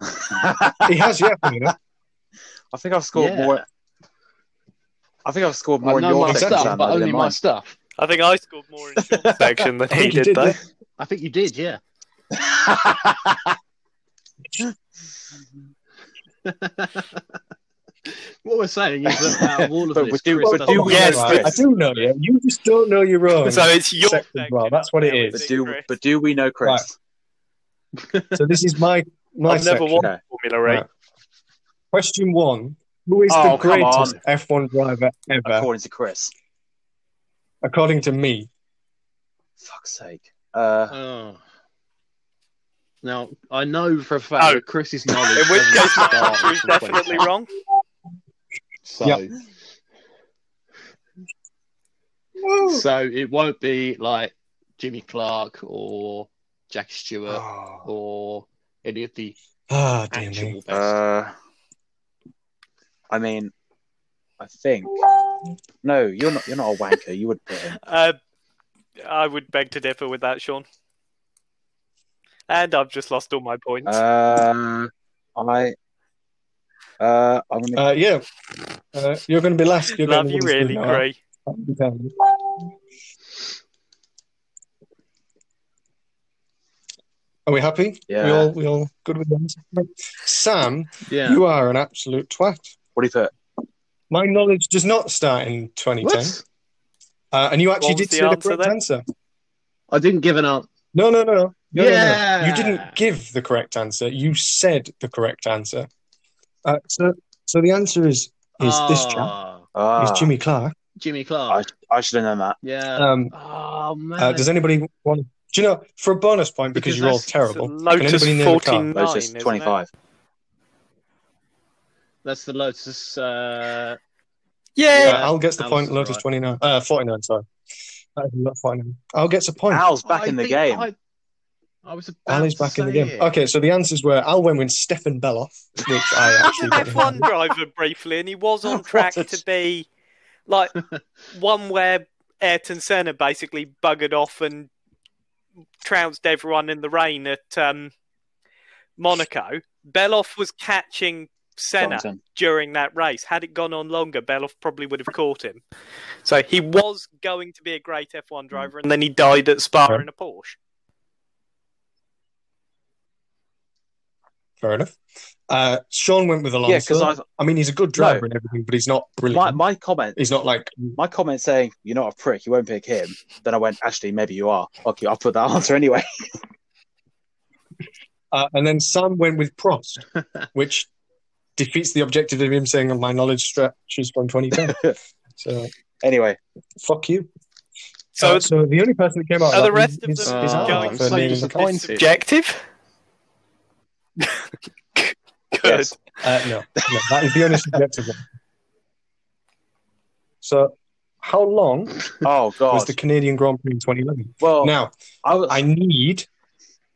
S1: I
S2: he has yeah. funny enough.
S1: think I've scored
S3: Yeah.
S1: more. I think I've scored more
S3: I
S1: in
S3: know
S1: your
S3: my
S1: section,
S3: stuff,
S1: Sam, than
S3: but
S1: I did
S3: only
S1: in
S3: my
S1: mine.
S3: stuff.
S4: I think I scored more in Sean's section than
S2: I
S4: he
S2: think you
S4: did,
S2: did,
S4: though.
S2: yeah.
S3: I think you did, yeah. What we're saying is that out of all of
S1: But
S3: this,
S1: we do-
S3: Chris
S1: but
S3: doesn't
S1: do
S3: know
S1: we-
S4: Yes,
S3: the
S2: Right, I
S1: Chris.
S2: do know you. You just don't know your own.
S4: So it's your
S2: Section
S4: section.
S2: as well, that's what it
S4: now,
S2: is.
S1: But
S4: isn't it,
S1: do
S4: Chris?
S1: but do we know Chris?
S2: Right. So this is my my
S4: I've never
S2: section.
S4: won
S1: Okay.
S4: Formula E.
S2: Right. Question one: Who is
S1: Oh,
S2: the
S1: come
S2: greatest
S1: on.
S2: F1 driver ever,
S1: According to Chris.
S2: according to me?
S1: Fuck's sake. Uh,
S3: Oh. Now I know for a fact
S4: Oh.
S3: that Chris's knowledge.
S4: In which
S3: doesn't
S4: case,
S3: start
S4: my answer is
S3: from
S4: definitely
S3: 25.
S4: wrong.
S3: So
S2: Yeah.
S5: Woo!
S3: So it won't be like Jimmy Clark or Jack Stewart
S2: Ah,
S3: or any of the Ah,
S2: oh, dear me.
S3: actual best.
S1: Uh, I mean, I think. No, you're not. You're not a wanker. You would put him.
S4: Uh, I would beg to differ with that, Sean. And I've just lost all my points.
S1: Uh, I. Uh, I'm gonna.
S2: Uh, yeah, uh, you're going to be last. You're
S4: Love
S2: going
S4: you,
S2: to
S4: really, Gray.
S2: Are we happy?
S1: Yeah.
S2: We all we all good with that. Sam,
S3: yeah.
S2: you are an absolute twat.
S1: What do you put?
S2: My knowledge does not start in 2010,
S3: What?
S2: uh, and you actually
S4: What
S2: did
S4: was the
S2: say the
S4: answer
S2: correct
S4: then?
S2: answer.
S3: I didn't give an answer.
S2: No, no, no, no, no, no, no.
S3: Yeah.
S2: You didn't give the correct answer. You said the correct answer. Uh, so, so the answer is is this
S3: Oh.
S2: chap
S1: Ah,
S2: is Jimmy Clark.
S3: Jimmy Clark.
S1: I should have known that.
S3: yeah.
S2: Um,
S3: oh man.
S2: uh, does anybody want? Do you know for a bonus point because,
S3: Because
S2: you're all
S3: that's-
S2: terrible? Can
S4: Lotus
S2: anybody name a car?
S4: 49.
S1: Lotus
S4: isn't it?
S1: twenty-five.
S3: That's the Lotus. Uh,
S4: Yay!
S2: Uh, Al gets the
S3: Al's
S2: point. Lotus
S3: right.
S2: 29. Uh, 49, sorry. That is not 49. Al gets a point.
S1: Al's back
S3: I
S1: in the
S3: think
S1: game.
S3: I, I was about
S2: Al is
S3: to
S2: back in the
S3: say
S2: game.
S3: it.
S2: Okay, so the answers were Al went with Stefan Beloff, which I actually don't know.
S4: F1 driver briefly, and he was on
S2: What
S4: track
S2: a-
S4: to be like one where Ayrton Senna basically buggered off and trounced everyone in the rain at um, Monaco. Beloff was catching Senna
S1: Johnson.
S4: during that race. Had it gone on longer, Beloff probably would have caught him. So he was going to be a great F1 driver, and then he died at Spa
S2: Yeah.
S4: in a Porsche.
S2: Fair enough. Uh, Sean went with Alonso.
S1: Yeah, because I
S2: I mean, he's a good driver and everything, but he's not brilliant.
S1: my my comment
S2: he's not like
S1: my comment saying you're not a prick, you won't pick him. Then I went, actually, maybe you are. Okay, I'll put that answer anyway.
S2: Uh, and then Sam went with Prost, which defeats the objective of him saying, "My knowledge stretches from 2010." so
S1: Anyway,
S2: fuck you.
S4: So
S2: Uh, so the only person that came out
S4: are
S2: that
S4: the rest of
S2: is,
S4: them
S2: is Al
S1: Ah,
S4: going
S2: for
S4: so
S2: naming the car.
S3: disappointed.
S4: objective. Good.
S1: yes,
S2: Uh, no, no, that is the only subjective one. So, how long
S1: Oh
S2: was
S1: God.
S2: the Canadian Grand Prix in 2011?
S1: well,
S2: Now,
S1: I was
S2: I need,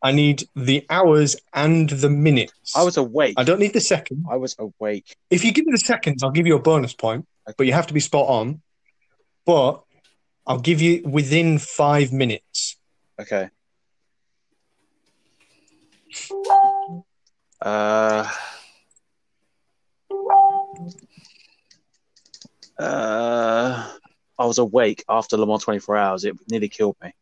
S2: I need the hours and the minutes.
S1: I was awake.
S2: I don't need the second.
S1: I was awake.
S2: If you give me the seconds, I'll give you a bonus point, but you have to be spot on. But I'll give you within five minutes.
S1: Okay. Uh. Uh, I was awake after Le Mans 24 hours. It nearly killed me.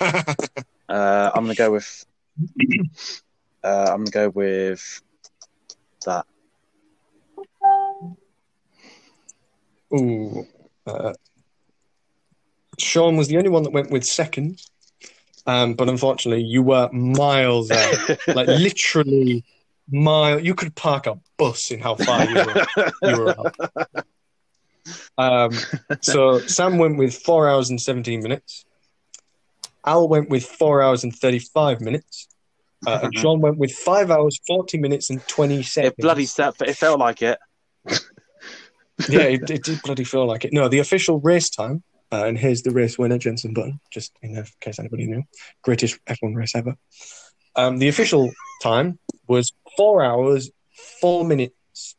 S1: Uh, I'm gonna go with. Uh, I'm gonna go with that.
S2: Ooh. Uh, Sean was the only one that went with seconds. Um, but unfortunately, you were miles out. like literally mile. You could park a bus in how far you were, you were out. Um, so Sam went with four hours and seventeen minutes. Al went with four hours and thirty-five minutes. Uh, and Sean went with five hours forty minutes and twenty seconds.
S1: It bloody set, but it felt like it.
S2: yeah, it, it did bloody feel like it. No, the official race time, uh, and here's the race winner, Jensen Button, just in case anybody knew, greatest F1 race ever. Um, the official time was four hours, four minutes,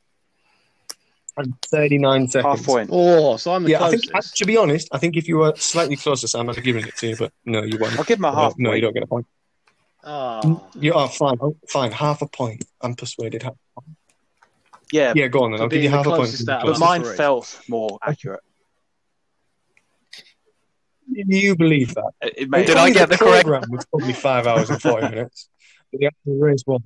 S2: and 39 seconds.
S1: Half point.
S3: Oh, so I'm the
S2: Yeah, I think,
S3: closest.
S2: uh, to be honest, I think if you were slightly closer, Sam, I'd have given it to you, but no, you weren't.
S1: I'll give him a half.
S2: no,
S1: point.
S2: you don't get a point.
S3: Ah.
S2: You are fine. Oh, fine, half a point. I'm persuaded. Half-
S1: Yeah,
S2: Yeah, go on then.
S3: For
S2: I'll give you
S3: being the
S2: half a point.
S3: closest out of
S1: but
S3: us.
S1: mine
S3: three.
S1: felt more accurate.
S2: You believe that?
S1: It, it
S2: Well,
S1: made.
S4: Did I
S2: probably
S4: get the correct-
S2: program was probably five hours and forty minutes, but the actual race was.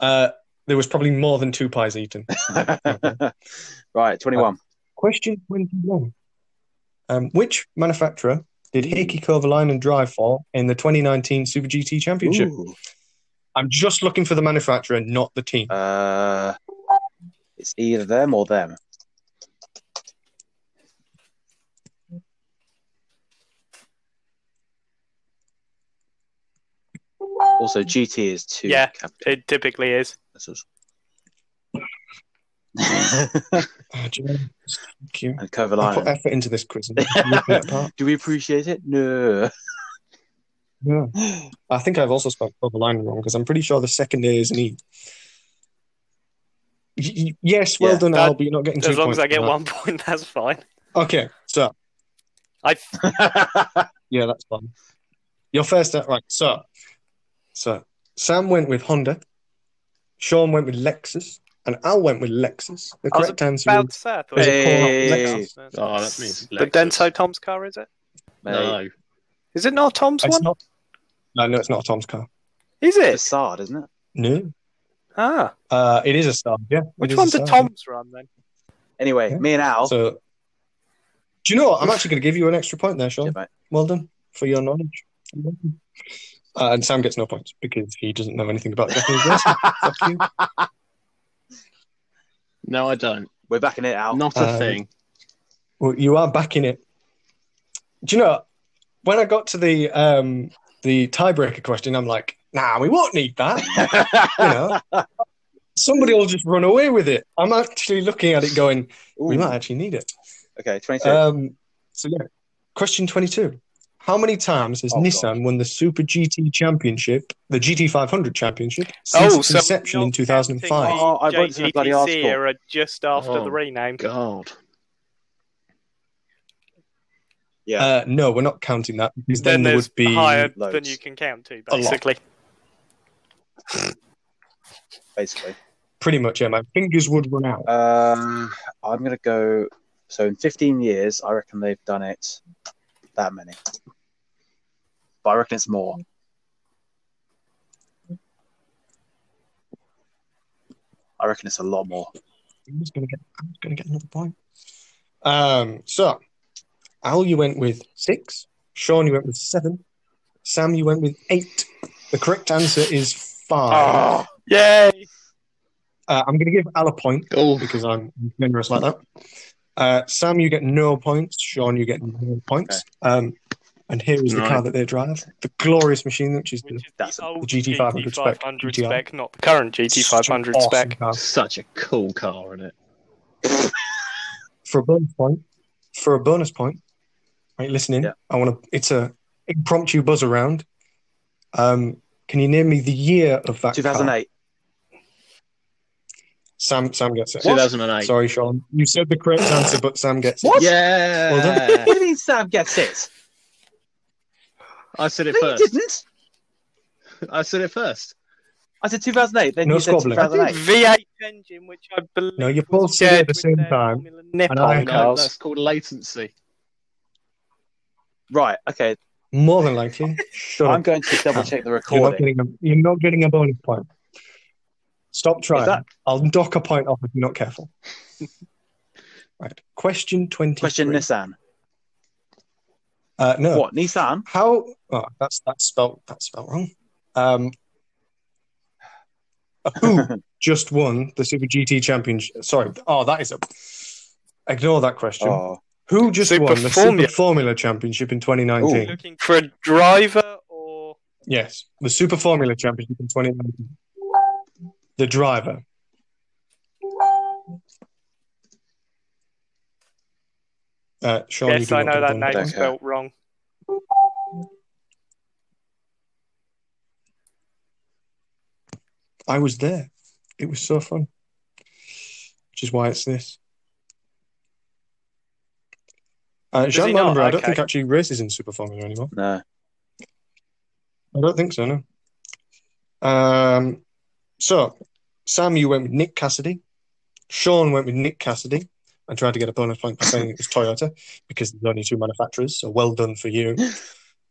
S2: Uh, there was probably more than two pies eaten.
S1: right, 21.
S2: Question twenty-one: um, Which manufacturer did Heikki Kovalainen drive for in the 2019 Super GT Championship?
S1: Ooh.
S2: I'm just looking for the manufacturer, not the team.
S1: Uh, it's either them or them. Also, GT is two.
S4: Yeah.
S1: capital
S4: It typically is.
S1: letters.
S2: Oh, do you know, thank you.
S1: and
S2: I put
S1: Kovalainen.
S2: effort into this quiz. and you're ripping it apart.
S1: Do we appreciate it? No.
S2: Yeah. I think I've also spelled Kovalainen wrong because I'm pretty sure the second A is an E. Y- y- yes, well
S1: Yeah.
S2: done,
S4: That-
S2: Al, but you're not getting two
S4: As long as
S2: points
S4: I
S2: for
S4: get
S2: that.
S4: one point, that's fine.
S2: Okay, so
S4: I
S2: Yeah, that's fine. Your first, uh, right? So, so Sam went with Honda, Sean went with Lexus, and Al went with Lexus. The
S4: I was
S2: correct answer
S4: about
S2: is
S4: to say, I thought
S1: Hey.
S4: it was Lexus.
S3: Oh, that means
S4: The Denso Tom's car, is it?
S1: Mate,
S3: No,
S4: Is it not Tom's
S2: it's
S4: one?
S2: not. No, no, it's not a Tom's car.
S4: Is
S1: it's
S4: it?
S1: sad, isn't it?
S2: No,
S4: Ah,
S2: uh, it is a Saab. Yeah, it
S4: which
S2: is a
S4: one's a
S2: Saab,
S4: Tom's run then?
S1: Anyway,
S2: Yeah.
S1: me and
S2: yeah.
S1: Al.
S2: So, do you know what? I'm actually going to give you an extra point there, Sean.
S1: Yeah, mate.
S2: Well done for your knowledge. Uh, and Sam gets no points because he doesn't know anything about Japanese racing. Fuck you.
S3: no, I don't.
S1: We're backing it out.
S3: Not a
S2: Um,
S3: thing.
S2: Well, you are back in it. Do you know when I got to the um the tiebreaker question? I'm like, nah, we won't need that. You know, somebody will just run away with it. I'm actually looking at it, going, we
S1: Ooh.
S2: might actually need it.
S1: Okay, 22.
S2: Um, so yeah, question twenty-two. How many times has
S1: Oh,
S2: Nissan won the Super GT Championship, the GT500 Championship, since
S4: Oh,
S2: its
S4: so
S2: inception in
S4: not
S2: 2005?
S4: counting the
S1: Oh, I wrote this in a bloody
S4: JGTC
S1: article.
S4: era just after
S3: Oh,
S4: the rename.
S3: God.
S1: yeah.
S2: Uh, no, we're not counting that because then,
S4: Then
S2: there
S4: there's
S2: would be
S4: higher than
S1: loads.
S4: you can count to,
S2: A lot.
S4: basically.
S1: basically.
S2: pretty much. Yeah, my fingers would run out.
S1: Um, I'm going to go. So, in 15 years, I reckon they've done it that many. But I reckon it's more. I reckon it's a lot more.
S2: I'm just gonna get I'm just gonna get another point. Um so Al you went with six, Sean you went with seven, Sam you went with eight. The correct answer is
S1: Ah,
S2: five.
S4: Yay!
S2: Uh, I'm gonna give Al a point
S3: Oh,
S2: because I'm generous like that. Uh, Sam you get no points, Sean you get no points. Um and here is the
S3: Right.
S2: car that they drive, the glorious machine, which is the
S4: Which is
S1: That's
S4: the old
S2: GT500
S4: GT500
S2: spec,
S4: spec,
S2: GTR.
S4: not the current GT500
S2: awesome
S4: spec.
S2: car.
S3: such a cool car, isn't it?
S2: for a bonus point, for a bonus point, right? Listen in.
S1: Yeah.
S2: I want to. It's a impromptu buzz around. Um, can you name me the year of that? car?
S1: 2008.
S2: Sam. Sam gets it.
S3: 2008.
S2: Sorry, Sean. You said the correct answer, but Sam gets it.
S3: Yeah.
S2: Well
S1: What do you mean Sam gets it?
S3: I said it
S1: No, you
S3: first.
S1: didn't.
S3: I said it first.
S1: I said 2008. Then
S2: No
S1: you said
S2: squabbling. I
S4: Right.
S1: 2008.
S4: V8 engine, which I believe.
S2: No, you
S4: was
S2: both said it at
S4: shared
S2: the
S4: with
S2: same
S4: their
S2: time,
S4: Formula Nippon
S2: I
S3: No,
S2: haven't.
S4: cars.
S3: that's called latency.
S1: Right. Okay.
S2: More than likely. Shut
S1: I'm
S2: up.
S1: going to double check the
S2: You're not
S1: recording.
S2: getting a. You're not getting a bonus point. Stop trying.
S1: that-
S2: I'll dock a point off if you're not careful. right. Question twenty.
S1: Question Nissan.
S2: Uh, no.
S1: What? Nissan?
S2: How? Oh, that's that's spelt that's spelt wrong. Um, who just won the Super GT Championship? Sorry. Oh, that is a. Ignore that question.
S1: Oh.
S2: Who just
S4: Super
S2: won the
S4: Formula.
S2: Super Formula Championship in 2019?
S1: Oh.
S4: Looking for a driver or.
S2: Yes, the Super Formula Championship in 2019. The driver. Uh, Sean, you
S4: yes,
S2: do
S4: I
S2: not
S4: know
S2: get a
S4: that
S2: bonus
S4: name's
S2: point.
S1: Okay.
S4: spelt wrong.
S2: I was there. It was so fun. Which is why it's this. Uh,
S4: Does
S2: Jean
S4: he not?
S2: Lallembro, I don't
S4: Okay.
S2: think actually races in Super Formula anymore.
S1: No.
S2: I don't think so, no. Um, so, Sam, you went with Nick Cassidy. Sean went with Nick Cassidy. I tried to get a bonus point by saying it was Toyota because there's only two manufacturers, so well done for you.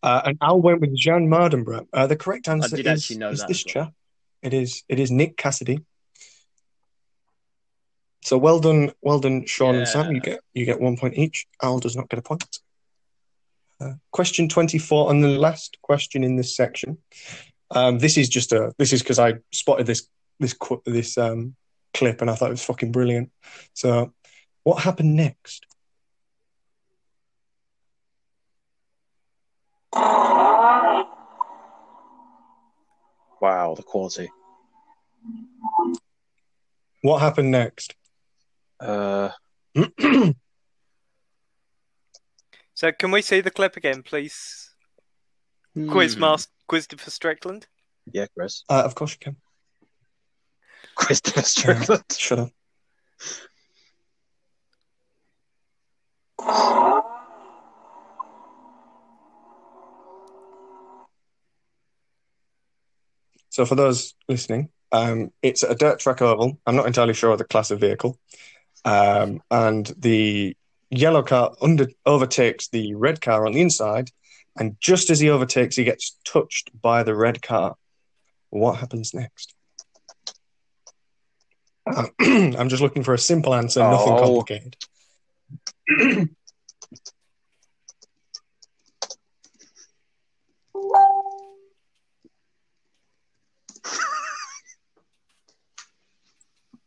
S2: Uh, and Al went with Jean Mardenborough. Uh, the correct answer
S3: did
S2: is,
S3: actually know
S2: is
S3: that
S2: this
S3: as well.
S2: chap. It is it is Nick Cassidy. So well done, well done, Sean and Sam. You
S3: Yeah.
S2: get you get one point each. Al does not get a point. Uh, question twenty four and the last question in this section. Um, this is just a this is because I spotted this this qu- this um, clip and I thought it was fucking brilliant. So what happened next?
S1: Wow, the quality.
S2: What happened next? Uh,
S1: Uh,
S4: So, can we see the clip again, please?
S3: Hmm.
S4: Quizmaster Quizdifer Strickland.
S1: yeah, Chris.
S2: Uh, of course you can.
S1: Christopher Strickland.
S2: Shut up. So, for those listening, um, it's a dirt track oval. I'm not entirely sure of the class of vehicle. Um, and the yellow car under overtakes the red car on the inside. And just as he overtakes, he gets touched by the red car. What happens next? Uh, I'm just looking for a simple answer, nothing
S1: Oh.
S2: complicated.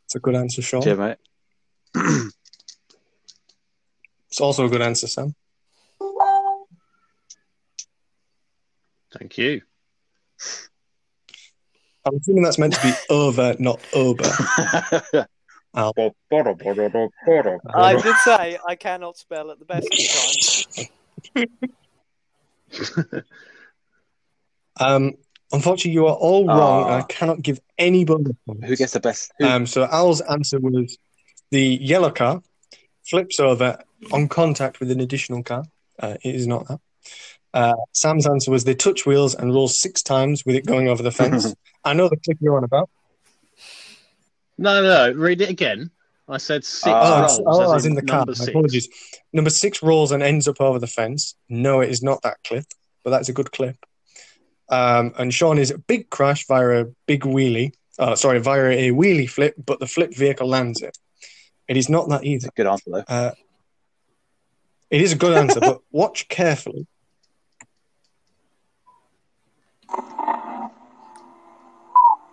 S2: It's a good answer, Sean.
S1: Yeah, mate.
S2: It's also a good answer, Sam.
S3: Thank you.
S2: I'm assuming that's meant to be over, not over. Ow.
S4: I did say I cannot spell at the best of times.
S2: Um, unfortunately, you are all wrong,
S1: Ah.
S2: and I cannot give any bonus points.
S1: Who gets the best? Who,
S2: Um, so Al's answer was the yellow car flips over on contact with an additional car. Uh, it is not that. Uh, Sam's answer was they touch wheels and roll six times with it going over the fence. I know the clip you're on about.
S3: No, no, no, read it again. I said six
S1: Ah.
S2: Oh,
S3: rolls.
S2: it's, oh,
S3: as
S2: as in the car.
S3: number six.
S2: Apologies. Number six rolls and ends up over the fence. No, it is not that clip, but that's a good clip. Um, and Sean is a big crash via a big wheelie. Uh, sorry, via a wheelie flip, but the flip vehicle lands it. It is not that either.
S1: good answer though.
S2: Uh, it is a good answer, but watch carefully.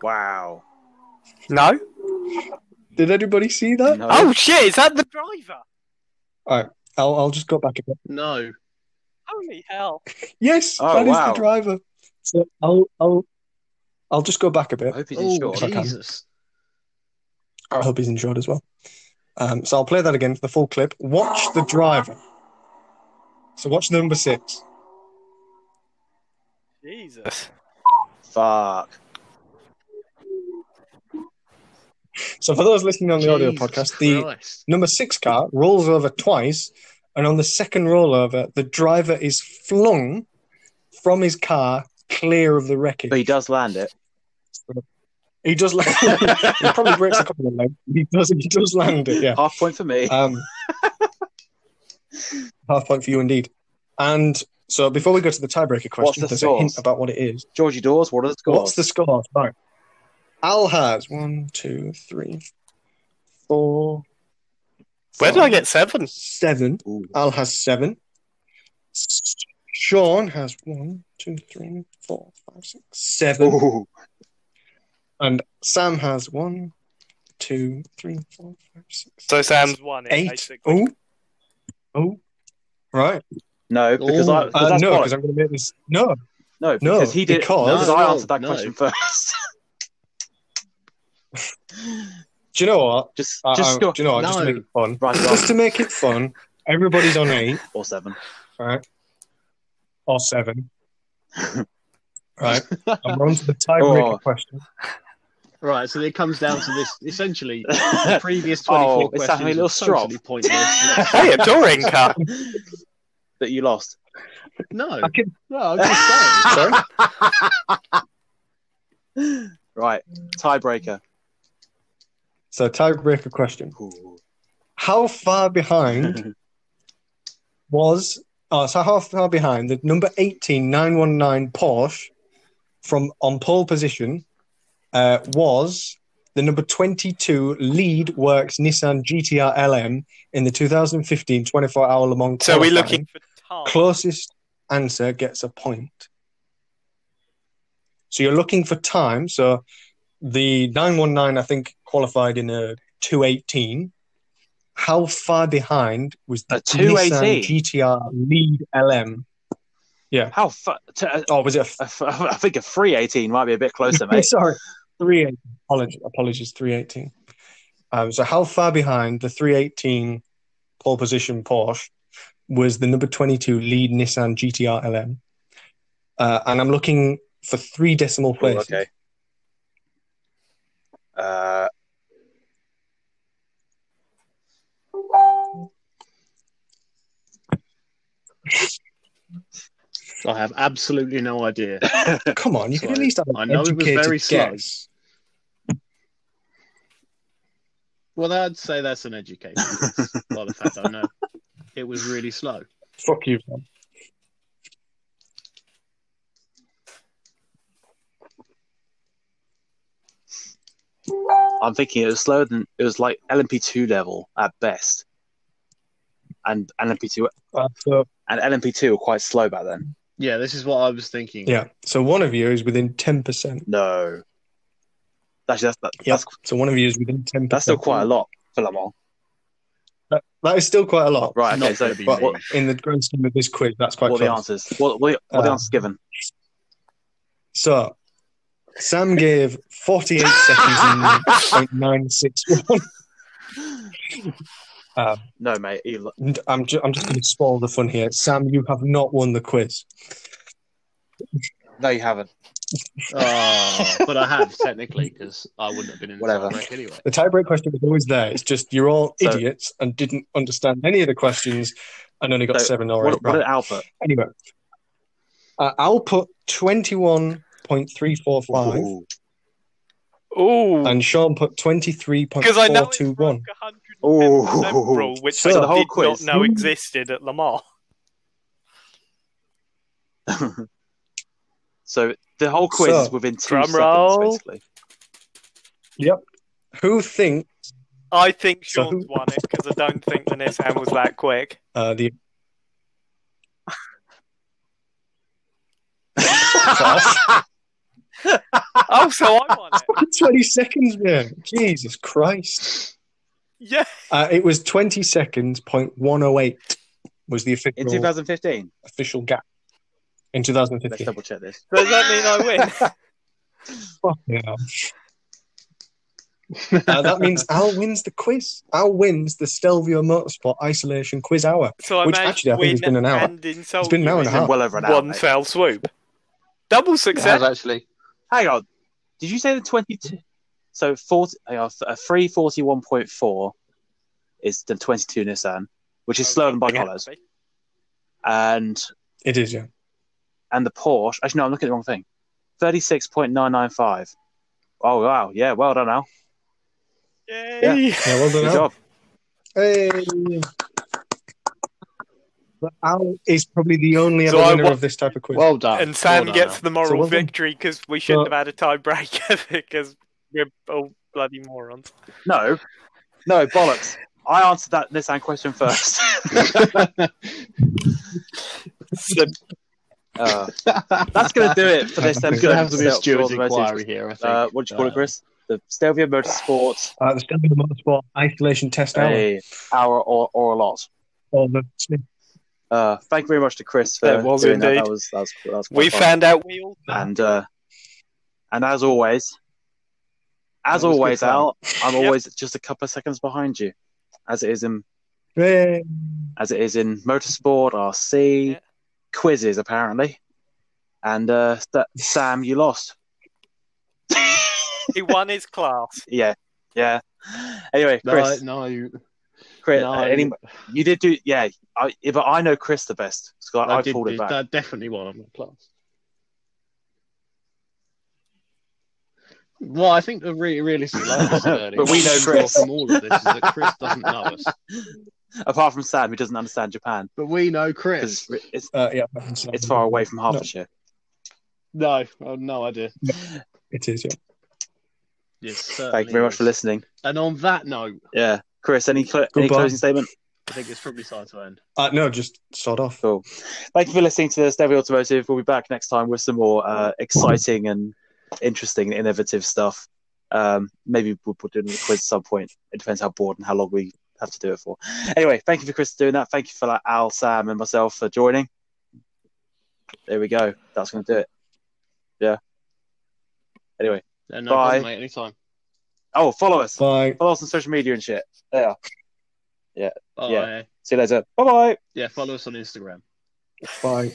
S1: Wow.
S4: No.
S2: Did anybody see that?
S1: No.
S4: Oh shit! Is that the driver?
S2: I'll, I'll just go back a bit.
S3: No.
S4: Holy hell!
S2: Yes,
S1: Oh,
S2: that is
S1: wow.
S2: the driver. So I'll, I'll, I'll just go back a bit.
S1: I hope he's
S3: Oh,
S1: insured.
S2: If I can.
S3: Jesus.
S2: I hope he's insured as well. Um, so I'll play that again for the full clip. Watch the driver. So watch the number six.
S4: Jesus.
S1: Fuck.
S2: So for those listening on the audio
S3: Jesus
S2: podcast, the
S3: Christ.
S2: number six car rolls over twice, and on the second rollover, the driver is flung from his car clear of the wreckage.
S1: But he does land it.
S2: He does land. he probably breaks a couple of legs. He does. He does land it. Yeah.
S1: Half point for me.
S2: Um, half point for you indeed. And so before we go to the tiebreaker
S1: What's
S2: question,
S1: the
S2: there's a
S1: scores?
S2: hint about what it is.
S1: Georgie Dawes, what are the scores?
S2: What's the score? Right. Al has one, two, three, four,
S4: Where did I get seven?
S2: seven.
S1: Ooh.
S2: Al has seven. S- Sean has one, two, three, four, five, six, seven.
S1: Ooh.
S2: And Sam has one, two, three, four, five, six,
S4: So Sam's won it.
S2: eight.
S4: Basically.
S2: Oh, oh, right.
S1: No, because I
S3: Ooh.
S1: because
S2: Uh,
S1: that's
S2: no,
S1: bollocks.
S2: because I'm going to make this. No,
S1: No,
S2: No,
S1: because he did
S2: because-
S1: because
S3: No,
S1: I answered that
S3: no.
S1: question first.
S2: do you know what?
S1: just
S2: I-
S1: just
S2: I-
S1: score
S2: Uh, do you know what? Just to
S3: No.
S2: make it fun.
S1: right,
S2: Just
S1: right
S2: to make it fun, everybody's on eight,
S1: or seven.
S2: right? Or seven. Right. And we're on to the tiebreaker
S1: Oh.
S2: question.
S3: Right, so it comes down to this. Essentially, the
S1: Hey,
S3: previous
S1: Oh,
S3: 24
S1: it's that
S3: questions
S1: little
S3: are totally pointless.
S4: Hey, a touring car.
S1: that you lost.
S3: no,
S2: I can,
S3: no, I'm just saying.
S2: sorry?
S1: Right, tiebreaker.
S2: so, tiebreaker question.
S1: Ooh.
S2: How far behind was. Oh, so, how far behind the number 18 919 Porsche from on pole position uh, was the number 22 Lead Works Nissan GTR LM in the 2015 24 hour Le Mans?
S4: So we're
S2: qualifying?
S4: looking for time.
S2: closest answer gets a point. So you're looking for time. So the 919, I think, qualified in a 218. How far behind was the
S1: A
S2: Nissan
S1: 218?
S2: GTR lead LM?
S1: How fu- t- a-
S2: Oh, was it a f-
S1: a f- I think a three eighteen might be a bit closer, mate.
S2: Sorry, 318. Apologies, apologies 318. Um, so, how far behind the 318 pole position Porsche was the number 22 lead Nissan GTR LM? Uh, and I'm looking for three decimal
S1: Oh,
S2: places.
S1: okay. Uh,
S3: I have absolutely no idea.
S2: Come on, you can at
S3: Sorry.
S2: least have an
S3: I know it was
S2: educated
S3: very slow.
S2: guess.
S3: Well, I'd say that's an education guess by the fact I know it was really slow.
S2: Fuck you. man.
S1: I'm thinking it was slower than it was like LMP2 level at best, and LMP2
S2: Uh, so,
S1: and LMP2 were quite slow back then.
S3: Yeah, this is what I was thinking.
S2: yeah. So one of you is within 10%.
S1: No, actually, that's that,
S2: Yep.
S1: that's
S2: So one of you is within 10%.
S1: that's still quite a lot for Le Mans.
S2: That- that is still quite a lot.
S1: Right. Okay.
S3: Not
S1: So
S3: gonna be
S1: what,
S3: me.
S1: what,
S2: But in the grand scheme of this quiz, that's quite
S1: what are the
S2: close.
S1: answers? What what, what are the
S2: Uh,
S1: answers given?
S2: So Sam gave 48 seconds and 0.961.
S1: No, mate. You, lo-
S2: And Um, I'm, ju- I'm just going to spoil the fun here. Sam, you have not won the quiz.
S1: no, you haven't.
S3: Oh, but I have technically because I wouldn't have been in the
S1: Whatever.
S3: break anyway.
S2: The tiebreak question was always there. It's just you're all
S1: So-
S2: idiots and didn't understand any of the questions and only got
S1: So,
S2: seven or
S1: What,
S2: eight
S1: what
S2: right.
S1: did Albert?
S2: Anyway, uh, I'll put 21.345
S1: Ooh.
S4: Ooh.
S2: and Sean put
S4: because I know it
S2: 23.421.
S4: broke a 110%
S1: Ooh.
S4: rule, which
S2: So
S4: I
S1: the whole
S4: did
S1: quiz-
S4: not know existed at Lamar.
S1: So the whole quiz
S2: So-
S1: is within two
S4: Drum
S1: seconds,
S4: roll.
S1: basically.
S2: Who think
S4: I think
S2: So
S4: Sean's
S2: who-
S4: won it because I don't think the Nissan was that quick.
S2: uh, the
S4: Oh, so I won it.
S2: 20 seconds, man. Jesus Christ.
S4: Yeah.
S2: Uh, it was 20 seconds, point 108 was the
S1: In
S2: official,
S1: 2015,
S2: official gap in
S1: let's
S2: 2015.
S1: double check this.
S4: Does that mean I win?
S2: Fuck yeah. Uh, that means Al wins the quiz. Al wins the Stelvio Motorsport Isolation Quiz Hour.
S4: So I
S2: Which
S4: managed
S2: actually I
S4: to
S2: think
S4: win
S2: has been an hour.
S4: and insult
S2: It's been an hour and
S4: you
S2: a
S4: in
S2: half.
S1: Well over an hour.
S4: One
S1: mate.
S4: fell swoop. Double
S3: It has
S4: success.
S3: actually.
S1: Hang on. Did you say the 22? So 40, hang on, a 341.4 is the 22 Nissan, which is slower than by
S4: Yeah.
S1: colours. And
S2: It is, yeah.
S1: and the Porsche, actually, no, I'm looking at the wrong thing. 36.995. Oh, wow. Yeah, well done, Al.
S4: Yay.
S2: Yeah, well done,
S1: Good
S2: Al.
S1: job.
S2: Hey. But Al is probably the only
S4: So
S2: ever
S4: I
S2: winner
S4: wa-
S2: of this type of quiz.
S3: Well done.
S4: And
S3: Well
S4: Sam
S3: done,
S4: gets
S3: Al.
S4: the moral
S2: So well done.
S4: victory because we shouldn't
S2: So-
S4: have had a tiebreaker because we're all bloody morons.
S1: No, no, bollocks. I answered that Nissan question first.
S4: So
S1: Uh, that's going to do it for this
S2: It's
S3: It's
S1: episode.
S3: going to have to be a
S1: of Stel-
S3: Stewart's
S1: Stelvio Motorsport.
S3: inquiry here, I think.
S1: Uh, what do you call it, Chris? The Stelvio Motorsport,
S2: Uh, the Stelvio Motorsport Isolation Test Hour.
S1: a hour or, or a lot.
S2: Or the
S1: Uh, thank you very much to Chris for
S4: That was
S1: doing that.
S4: indeed.
S1: That was, that was, that was quite
S4: we
S1: fun.
S4: found out we all
S1: and uh, and as always, as
S3: That was good
S1: always,
S3: fun.
S1: Al, I'm
S4: Yep.
S1: always just a couple of seconds behind you, as it is in
S2: Hey.
S1: as it is in motorsport, RC
S4: Yeah.
S1: quizzes apparently, and uh, Sa- Sam, you lost.
S4: he won his class.
S1: Yeah, yeah. Anyway,
S3: No,
S1: Chris,
S3: no, you,
S1: Chris,
S3: no,
S1: uh, any- you did do, yeah. I, yeah, but I know Chris the best because I,
S3: I
S1: I
S3: did,
S1: pulled it
S3: do-
S1: back.
S3: that definitely won on that class. Well, I think the re- realistic like
S1: But we know Chris.
S3: from all of this is that Chris doesn't know us,
S1: Apart from Sam, who doesn't understand Japan
S3: but we know Chris.
S1: 'cause it's, it's
S2: Uh, yeah,
S1: it's far away from Hertfordshire.
S3: No, oh, no idea.
S2: It is, yeah.
S3: Yes,
S1: Thank
S3: certainly
S1: you very much
S3: is.
S1: for listening.
S3: And on that note,
S1: Yeah, Chris, any, cl- any
S2: Goodbye.
S1: closing statement?
S3: I think it's probably time to end.
S2: Uh, no, just sod off.
S1: Cool. Thank you for listening to this, Debbie Automotive. We'll be back next time with some more uh, exciting and interesting and innovative stuff. Um, maybe we'll, we'll do another quiz at some point. It depends how bored and how long we have to do it for. Anyway, thank you for Chris doing that. Thank you for like, Al, Sam, and myself for joining. There we go. That's going to do it. Yeah. Anyway.
S3: And no
S1: Bye.
S3: problem, mate, anytime.
S1: Oh, follow us.
S2: Bye.
S1: Follow us on social media and shit. Yeah.
S3: Bye.
S1: Yeah. See you later. Bye bye.
S3: yeah, follow us on Instagram.
S2: Bye.